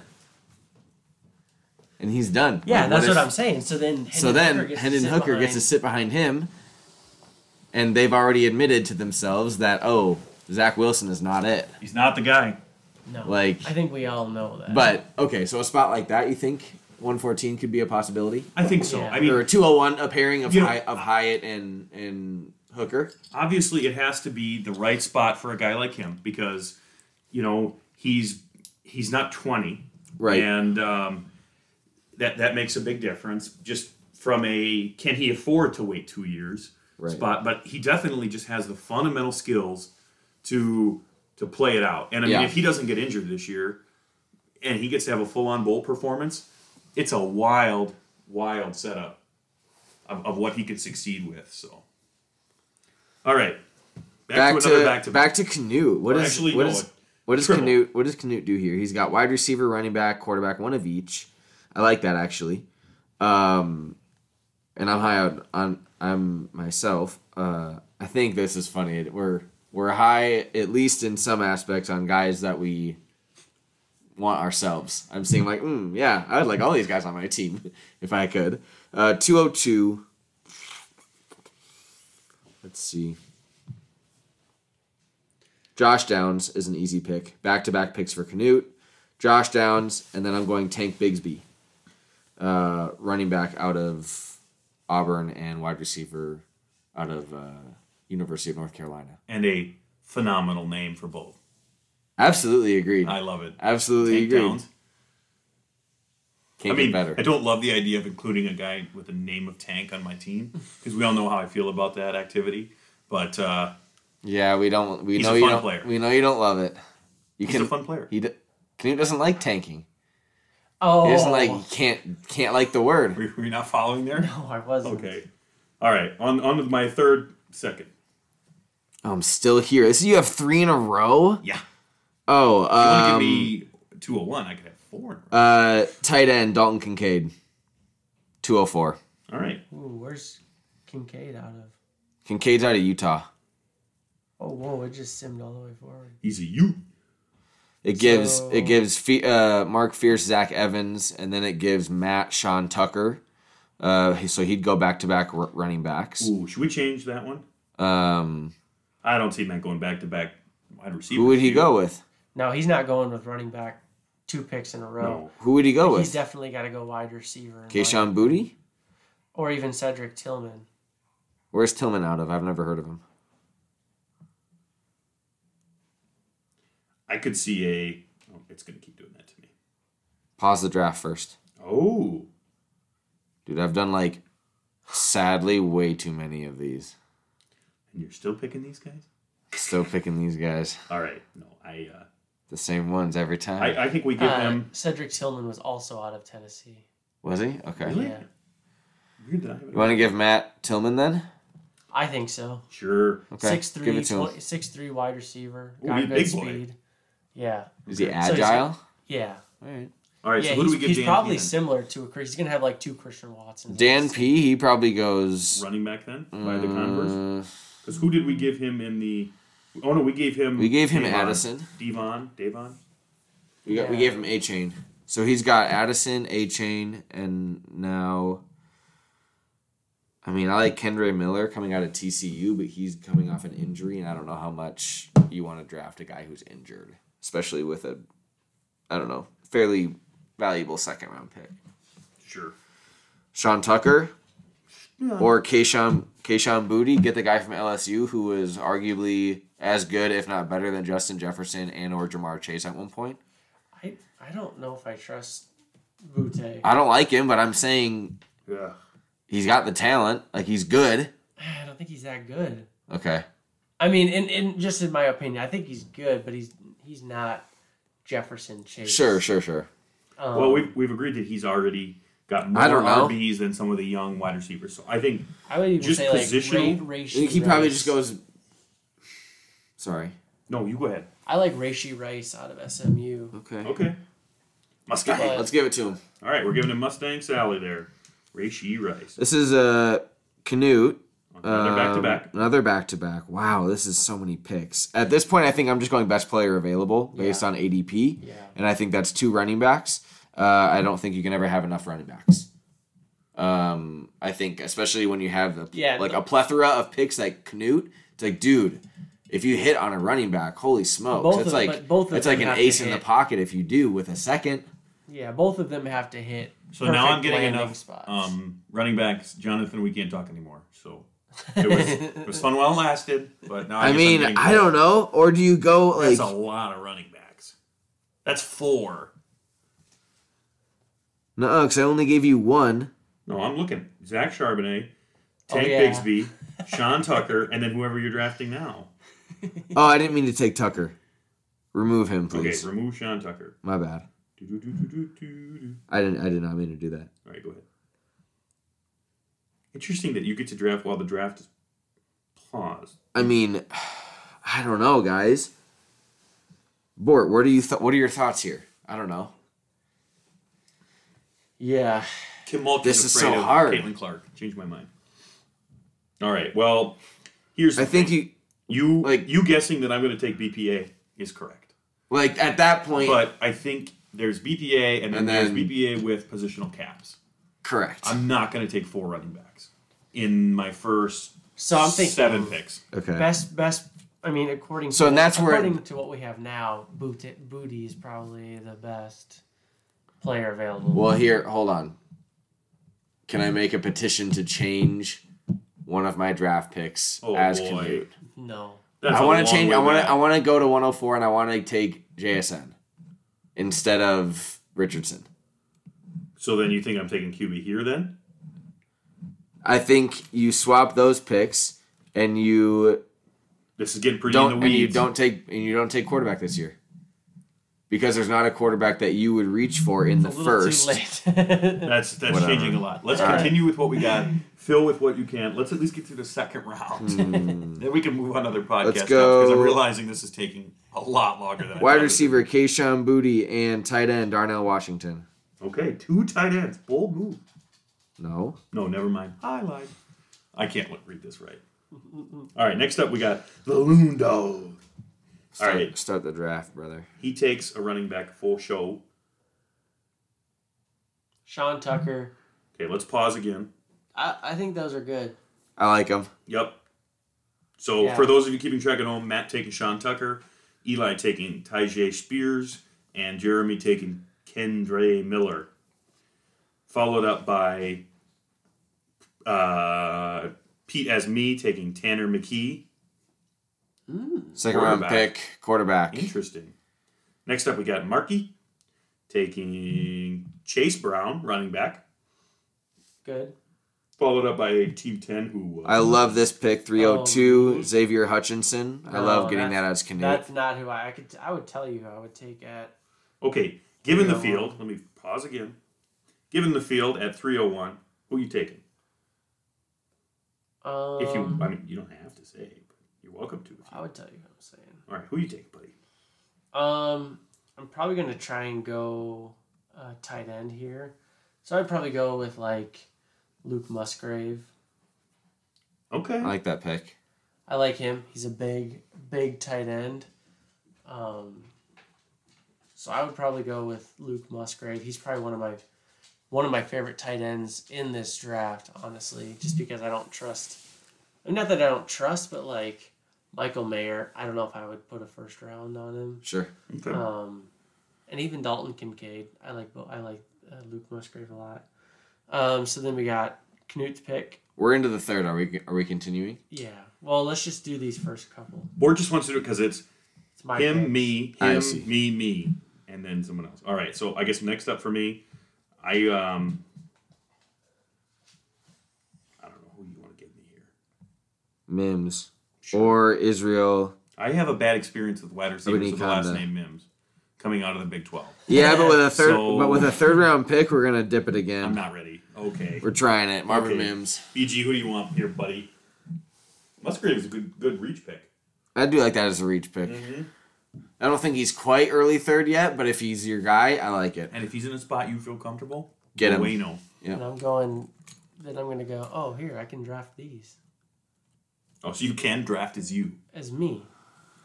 A: And he's done.
B: Yeah,
A: Like,
B: that's what
A: if-
B: I'm saying. So then, Hendon
A: So then
B: Hooker gets to
A: Hendon
B: sit
A: Hooker gets to
B: behind-
A: sit behind him, and they've already admitted to themselves that oh, Zach Wilson is not it.
C: He's not the guy.
B: No,
A: like-
B: I think we all know that.
A: But okay, so a spot like that, you think 114 could be a possibility,
C: I think so.
B: Yeah.
C: I mean,
A: or 201 a pairing of
C: You know-
A: Hy- of Hyatt and and Hooker?
C: obviously it has to be the right spot for a guy like him because you know he's he's not 20
A: Right.
C: and um, that that makes a big difference just from a can he afford to wait two years
A: Right.
C: spot but he definitely just has the fundamental skills to to play it out and i
A: Yeah.
C: mean if he doesn't get injured this year and he gets to have a full-on bowl performance it's a wild wild setup of, of what he could succeed with so all right
A: back to, back
C: back
A: to back to Canute. What
C: Well,
A: is
C: actually,
A: what
C: no,
A: is what does
C: triple.
A: Canute what does Canute do here? He's got wide receiver, running back, quarterback, one of each. I like that actually. Um, and I'm high on, on I'm myself. Uh, I think this is funny. We're we're high at least in some aspects on guys that we want ourselves. I'm seeing like, mm, yeah, I'd like all these guys on my team [laughs] if I could. Uh, 202. Let's see. Josh Downs is an easy pick. Back to back picks for Canute. Josh Downs, and then I'm going Tank Bigsby, uh, running back out of Auburn and wide receiver out of uh, University of North Carolina.
C: and a phenomenal name for both
A: Absolutely agreed.
C: i love it
A: Absolutely
C: Tank
A: agreed.
C: Downs.
A: Can't
C: I mean,
A: get better.
C: I don't love the idea of including a guy with the name of Tank on my
A: [laughs]
C: team because we all know how I feel about that activity. But uh, [laughs]
A: Yeah, we don't. We
C: He's
A: know
C: a
A: you
C: fun
A: don't.
C: player.
A: We know you don't love it. You
C: he's
A: can.
C: a fun player.
A: He d- Canute doesn't like tanking.
B: oh,
A: He doesn't like.
C: Oh.
A: He can't. Can't like the word.
C: Were were you not
A: [laughs]
C: following there?
B: [laughs] No, I wasn't.
C: Okay. All right. On on with my third second.
A: Oh, I'm still here. This you have three in a row.
C: Yeah.
A: Oh,
C: You want
A: um,
C: to give me two hundred one? I could have four. in a row.
A: uh, tight end Dalton Kincaid, two hundred four.
C: All right.
B: Ooh, where's Kincaid out of?
A: Kincaid's out of Utah.
B: Oh, whoa! It just simmed all the way forward.
C: He's a you.
A: It gives
B: So-
A: it gives Fe- uh, Mark Fierce, Zach Evans, and then it gives Matt Sean Tucker. Uh, he- so he'd go back to back running backs.
C: Ooh, should we change that one?
A: Um,
C: I don't see Matt going back to back wide receiver.
A: who would he go with?
B: No, he's not going with running back. Two picks in a row.
C: No.
A: Who would he go
B: he's
A: with?
B: definitely got to go wide receiver. and wide-
A: Keyshawn Booty.
B: or even Cedric Tillman.
A: Where's Tillman out of? I've never heard of him.
C: I could see a. Oh, it's going to keep doing that to me.
A: Pause the draft first.
C: Oh.
A: Dude, I've done like sadly way too many of these.
C: And you're still picking these guys?
A: Still picking these guys.
C: All right. No, I. Uh,
A: The same ones every time.
C: I, I think we give
B: Uh,
C: him.
B: Cedric Tillman was also out of Tennessee.
A: Was he? Okay.
C: Really?
B: Yeah.
C: Weird that I haven't.
A: You want to give Matt Tillman then?
B: I think so.
C: Sure.
A: Okay.
B: Six three,
A: give it to him.
B: six three wide receiver.
C: Ooh,
B: got
C: he's
B: good
C: big boy.
B: speed. Yeah,
A: Is he
B: he's-
A: agile?
B: yeah,
A: All right.
C: All right.
B: yeah.
C: so who do
B: he's
C: we give?
B: he's
C: Dan
B: probably
C: P then?
B: similar to a Chris. He's gonna have like two Christian Watsons.
A: Dan P, he probably goes.
C: running back then by the Converse.
A: Mm,
C: Because who did we give him in the? Oh no, we gave him.
A: we gave him
C: Davon.
A: Addison.
C: Devon. Davon.
A: We, got, we
B: Yeah.
A: gave him A Chain. So he's got Addison, A Chain, and now. I mean, I like Kendra Miller coming out of TCU, but he's coming off an injury, and I don't know how much you want to draft a guy who's injured, especially with a, I don't know, fairly valuable second round pick.
C: Sure.
A: Sean Tucker or Kayshawn, Kayshawn Booty, get the guy from LSU who was arguably as good, if not better, than Justin Jefferson and or Jamar Chase at one point.
B: I I don't know if I trust Butte. I,
A: I don't like him, but I'm saying
C: Yeah.
A: he's got the talent. Like he's good.
B: don't think he's that good.
A: Okay.
B: I mean, in, in just in my opinion, I think he's good, but he's he's not Jefferson Chase.
A: Sure, sure, sure.
B: Um,
C: Well, we've we've agreed that he's already got more
A: I don't know.
C: RBs than some of the young wide receivers. So I think
B: I would even
C: just
B: say like
C: positional-
B: rate, ratio.
A: he probably
B: Rice.
A: just goes. Sorry.
C: no. You go ahead.
B: I like Rashi Rice out of SMU.
A: Okay.
C: Okay. Mustang.
A: Let's give it to him.
C: All right, we're giving him Mustang Sally there. Reishi Rice.
A: This is a Canute.
C: Another back to back.
A: Um, Another back to back. Wow, this is so many picks. At this point, I think I'm just going best player available based on ADP.
B: Yeah.
A: And I think that's two running backs. Uh, I don't think you can ever have enough running backs. Um, I think, especially when you have a,
B: Yeah,
A: like
B: no.
A: a plethora of picks like Canute, it's like, dude, if you hit on a running back, holy smokes.
B: Both
A: it's
B: of-
A: like
B: but both of
A: it's like
B: them
A: an
B: have to
A: ace in the
B: hit.
A: pocket if you do with a second.
B: Yeah, both of them have to hit.
C: So
B: perfect
C: now I'm getting
B: landing
C: enough
B: spots.
C: um, running backs. Jonathan, we can't talk anymore. So it was, it was fun while it lasted, but now I,
A: I,
C: guess I'm
A: mean,
C: getting
A: I don't know. Or do you go like
C: That's a lot of running backs. That's four.
A: no? Because I only gave you one.
C: No, I'm looking. Zach Charbonnet,
B: Oh,
C: Tank
B: yeah.
C: Bigsby, Sean Tucker, and then whoever you're drafting now.
A: Oh, I didn't mean to take Tucker. Remove him, please.
C: Okay, remove Sean Tucker.
A: My bad.
C: Do-do-do-do-do-do-do.
A: I didn't. I did not mean to do that.
C: All right, go ahead. Interesting that you get to draft while the draft is paused.
A: I mean, [sighs] I don't know, guys. Bort, where do you? Th- what are your thoughts here? I don't know.
B: yeah,
C: Kim Mulkey's
A: This is
C: afraid
A: so
C: of
A: hard.
C: Caitlin Clark. Changed my mind. All right. Well, here's.
A: I
C: the
A: think
C: thing.
A: you
C: you
A: like-
C: like you guessing that I'm going to take BPA is correct,
A: like at that point.
C: but I think there's BPA and then,
A: And then-
C: there's BPA with positional caps.
A: correct.
C: I'm not going to take four running backs in my first
B: so I'm thinking
C: seven picks.
A: okay.
B: best best. I mean, according
A: So,
B: to
A: and that's where-
B: according to what we have now, Booty, Booty is probably the best player available.
A: Well, here, hold on. Can I make a petition to change one of my draft picks
C: Oh,
A: as
C: boy.
A: commute?
B: No,
C: That's
A: I
C: a
A: want
C: long
A: to change.
C: way
A: I want
C: back.
A: to. I want to go to 104, and I want to take JSN instead of Richardson.
C: So then you think I'm taking QB here then?
A: I think you swap those picks, and you
C: This is getting pretty in
A: don't
C: the
A: and
C: weeds.
A: you don't take and you don't take quarterback this year because there's not a quarterback that you would reach for in the
B: a little
A: first.
B: too late. [laughs]
C: That's that's
A: Whatever.
C: changing a lot. Let's
A: All right.
C: continue with what we got. Fill with what you can. Let's at least get through the second round. [laughs] then we can move on to other podcast
A: Hmm. Let's
C: stuff because
A: go.
C: I'm realizing this is taking a lot longer than I thought it
A: Wide
C: would.
A: receiver Kayshawn Booty and tight end Darnell Washington.
C: Okay, two tight ends. Bold move.
A: No,
C: No, never mind. I lied. I can't look, read this right. All right, next up we got the Loon Dog. All
A: start,
C: right,
A: start the draft, brother.
C: he takes a running back full show.
B: Sean Tucker.
C: Okay, let's pause again.
B: I, I think those are good.
A: I like him.
C: Yep. So
B: Yeah.
C: for those of you keeping track at home, Matt taking Sean Tucker, Eli taking Tajay Spears, and Jeremy taking Kendra Miller. Followed up by uh, Pete as me taking Tanner McKee.
A: Second round
C: Quarterback.
A: pick, quarterback.
C: Interesting. Next up, we got Markey taking Chase Brown, running back.
B: Good.
C: Followed up by Team 10, who was.
A: I love this pick, 302,
B: Oh.
A: Xavier Hutchinson. I
B: No,
A: love getting that
B: that's-
A: as Canute.
B: That's not who I, I could. I would tell you who I would take at.
C: Okay, given the
B: 301.
C: field, let me pause again. Given the field at 301, who are you taking?
B: Um,
C: If you, I mean, you don't have to say. But you're welcome to. If you,
B: I would tell you what I'm saying.
C: all right, who you taking, buddy?
B: Um, I'm probably gonna try and go uh, tight end here, so I'd probably go with like Luke Musgrave.
C: Okay.
A: I like that pick.
B: I like him. He's a big, big tight end. Um, so I would probably go with Luke Musgrave. He's probably one of my one of my favorite tight ends in this draft, honestly, just because I don't trust. I mean, not that I don't trust, but like Michael Mayer, I don't know if I would put a first round on him.
A: Sure.
C: okay.
A: uh,
B: Um, and even Dalton Kincaid. I like Bo- I like uh, Luke Musgrave a lot. Um, so then we got Knut's pick.
A: We're into the third. Are we? Are we continuing?
B: Yeah. Well, let's just do these first couple.
C: Board just wants to do it because it's
B: It's my
C: him,
B: pick.
C: me,
A: I
C: him,
A: see.
C: me, me, and then someone else. All right. So I guess next up for me, I um, I don't know who you want to give me here.
A: Mims
C: Sure.
A: or Israel.
C: I have a bad experience with wide receivers with the last
A: Onyekanda.
C: name Mims coming out of the Big Twelve.
A: Yeah, but with a third,
C: So-
A: but with a third round pick, we're gonna dip it
C: I'm
A: again.
C: not ready. Okay.
A: We're trying it, Marvin
C: Okay.
A: Mims.
C: BG, who do you want here, buddy?
E: Musgrave is a good good reach pick.
C: Mm-hmm.
A: I do like that as a reach pick. I don't think he's quite early third yet, but if he's your guy, I like it.
C: And if he's in a spot you feel comfortable,
A: Get him.
C: Bueno.
B: And I'm going. Then I'm gonna go. Oh, here I can draft these
C: Oh, so you can draft as you.
B: as me,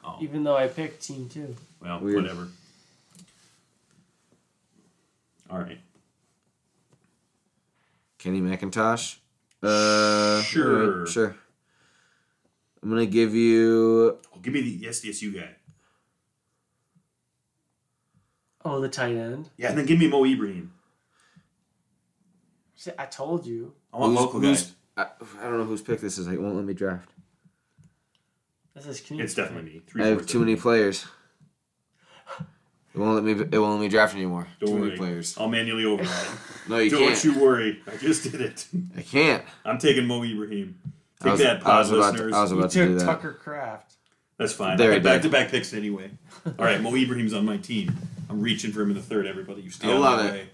C: Oh.
B: even though I picked team two.
C: Well,
A: Weird.
C: whatever. All right.
A: Kenny McIntosh. Uh,
C: Sure.
A: alright, sure. I'm gonna give you.
C: Oh, give me the yes, yes, you guy.
B: Oh, the tight end.
C: Yeah, and then give me Mo Ibrahim.
B: See, I told you.
C: I want
A: Who's-
C: local
A: who's-
C: guys.
A: I, I don't know whose pick this is. It won't let me draft.
B: This is community.
C: It's definitely me. Three,
A: I have too many players. It won't let me. It won't let me draft anymore.
C: Don't
A: too
C: worry.
A: many players.
C: I'll
A: [laughs]
C: manually override him.
A: No, you
C: Don't
A: can't.
C: you worry. I just did it. [laughs]
A: I can't.
C: I'm taking Mo Ibrahim.
A: I
C: Take
A: was,
C: that,
A: I
C: pod
A: was about
C: listeners.
A: to, I was
B: You
A: about to do
B: took
A: that.
B: Tucker Craft.
C: That's fine.
A: There
C: I
A: it
C: got back
A: is.
C: to back
A: [laughs]
C: picks anyway. All right, Mo Ibrahim's on my team. I'm reaching for him in the third. Everybody, you stay
A: I
C: out
A: love
C: of my
A: it.
C: way.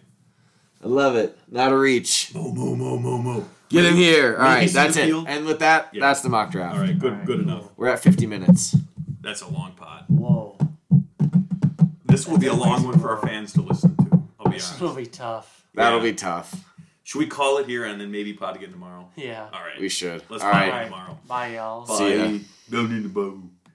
A: I love it. Not a reach.
C: Mo, Mo, Mo, Mo, Mo.
A: Get him here. All
C: Maybe
A: right,
C: see the
A: that's it.
C: field.
A: And with that,
C: Yeah.
A: that's the mock draft.
C: All right, good,
B: All right,
C: good
B: cool.
C: enough.
A: We're at 50 minutes.
C: That's a long pod.
B: Whoa,
C: This will be a
B: That's
C: long
B: amazing.
C: one for our fans to listen to. I'll be
B: this
C: honest.
B: will be tough.
A: [laughs] That'll
C: Yeah.
A: be tough.
C: Should we call it here and then maybe pod again tomorrow?
B: Yeah.
C: All right.
A: We should.
C: Let's
A: All
C: find
A: right.
C: tomorrow.
B: Bye, y'all.
A: See ya.
C: Down in the boat.